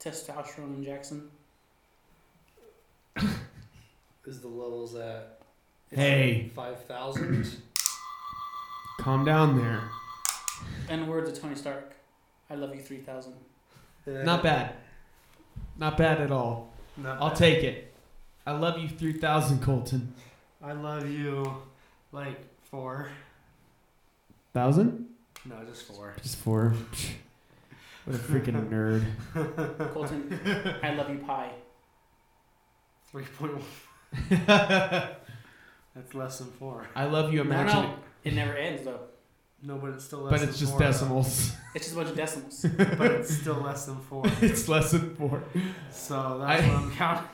Testosterone injection. Is the levels at Hey. five thousand? Calm down there. And words of Tony Stark. I love you 3000. Not bad. Not bad at all. Not I'll bad. take it. I love you three thousand, Colton. I love you, like four. Thousand? No, just four. Just four. What a freaking nerd. Colton, I love you pie. Three point one. That's less than four. I love you. No, Imagine, no. It never ends though. No, but it's still less. but than it's just four, decimals. It's just a bunch of decimals. But it's still less than four. it's less than four. So that's I- what I'm counting.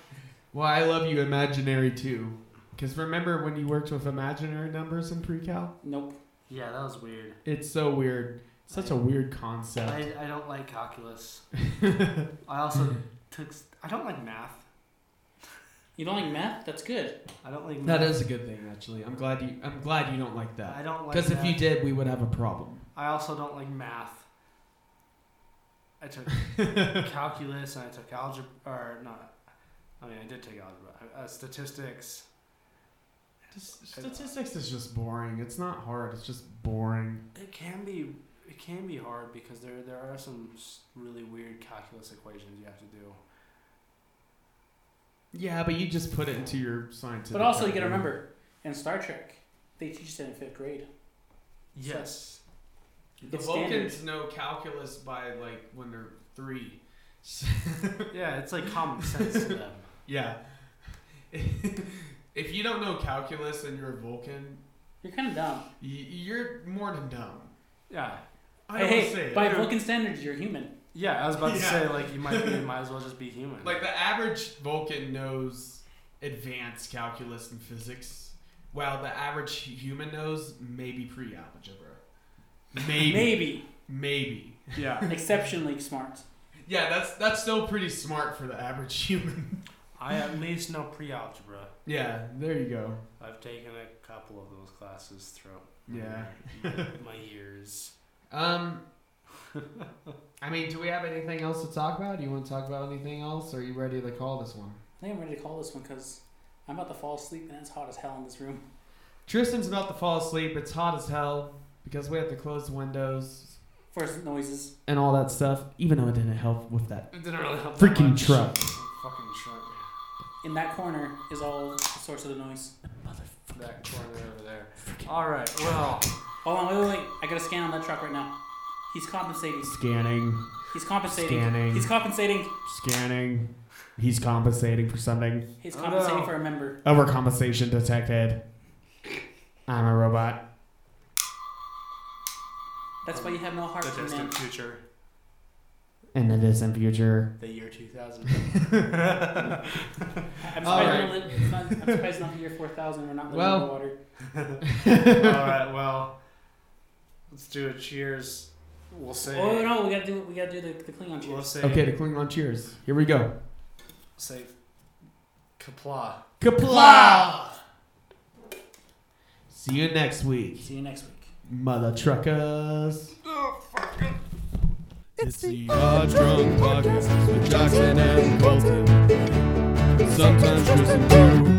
Well, I love you, Imaginary too. Because remember when you worked with imaginary numbers in pre-cal? nope. Yeah, that was weird. It's so weird. Such a weird I, concept. I don't like calculus. I also took. s- I don't like math. You don't like math? That's good. I don't like math. that is a good thing, actually. I'm glad you. I'm glad you don't like I that. don't like. uh, Because if you math. did, we would have a problem. I also don't like math. I took calculus and I took algebra, or not. I mean, I did take algebra. Uh, statistics. Statistics is just boring. It's not hard. It's just boring. It can be. It can be hard because there there are some s- really weird calculus equations you have to do. Yeah, but you just put it into your scientific. But also, you gotta calculator. remember, in Star Trek, they teach us it in fifth grade. Yes. the It's Vulcans know calculus by like when they're three. yeah, it's like common sense to them. Yeah. if you don't know calculus and you're a Vulcan, You're kind of dumb. y- you're more than dumb. Yeah. I don't hey, wanna say it. by Vulcan standards, you're human. Yeah, I was about to Yeah. say like you might be, you might as well just be human. Like the average Vulcan knows advanced calculus and physics, while the average human knows maybe pre-algebra. Maybe, maybe, Maybe. yeah. Exceptionally smart. Yeah, that's that's still pretty smart for the average human. I at least know pre-algebra. yeah, there you go. I've taken a couple of those classes throughout Yeah. my, my years. Um, I mean, do we have anything else to talk about? Do you want to talk about anything else? Or are you ready to call this one? I think I'm ready to call this one because I'm about to fall asleep and it's hot as hell in this room. Tristan's about to fall asleep. It's hot as hell because we have to close the windows First noises. and all that stuff. Even though it didn't help with that It didn't really help that freaking much. truck. Fucking truck. In that corner is all the source of the noise. That corner over there. All right. Well, Hold on, wait, wait, wait. I gotta scan on that truck right now. He's compensating. Scanning, He's compensating. Scanning. He's compensating. scanning. He's compensating for something. He's Oh, compensating no. for a member. Overcompensation detected. I'm a robot. That's why you have no heart, the man. distant future, In the distant future. the year 2000. I'm All surprised, we're not, it's not, I'm surprised not the year 4000 we're not living Well- in the water. All right. Well, let's do a cheers. We'll say. Oh no, we gotta do we gotta do the, the Klingon We'll cheers. say. Okay, the Klingon cheers. Here we go. Say. Kapla. Kapla! See you next week, See you next week. mother truckers. It's the Odd Drunk Podcast with Jackson and Colton. Sometimes Tristan too.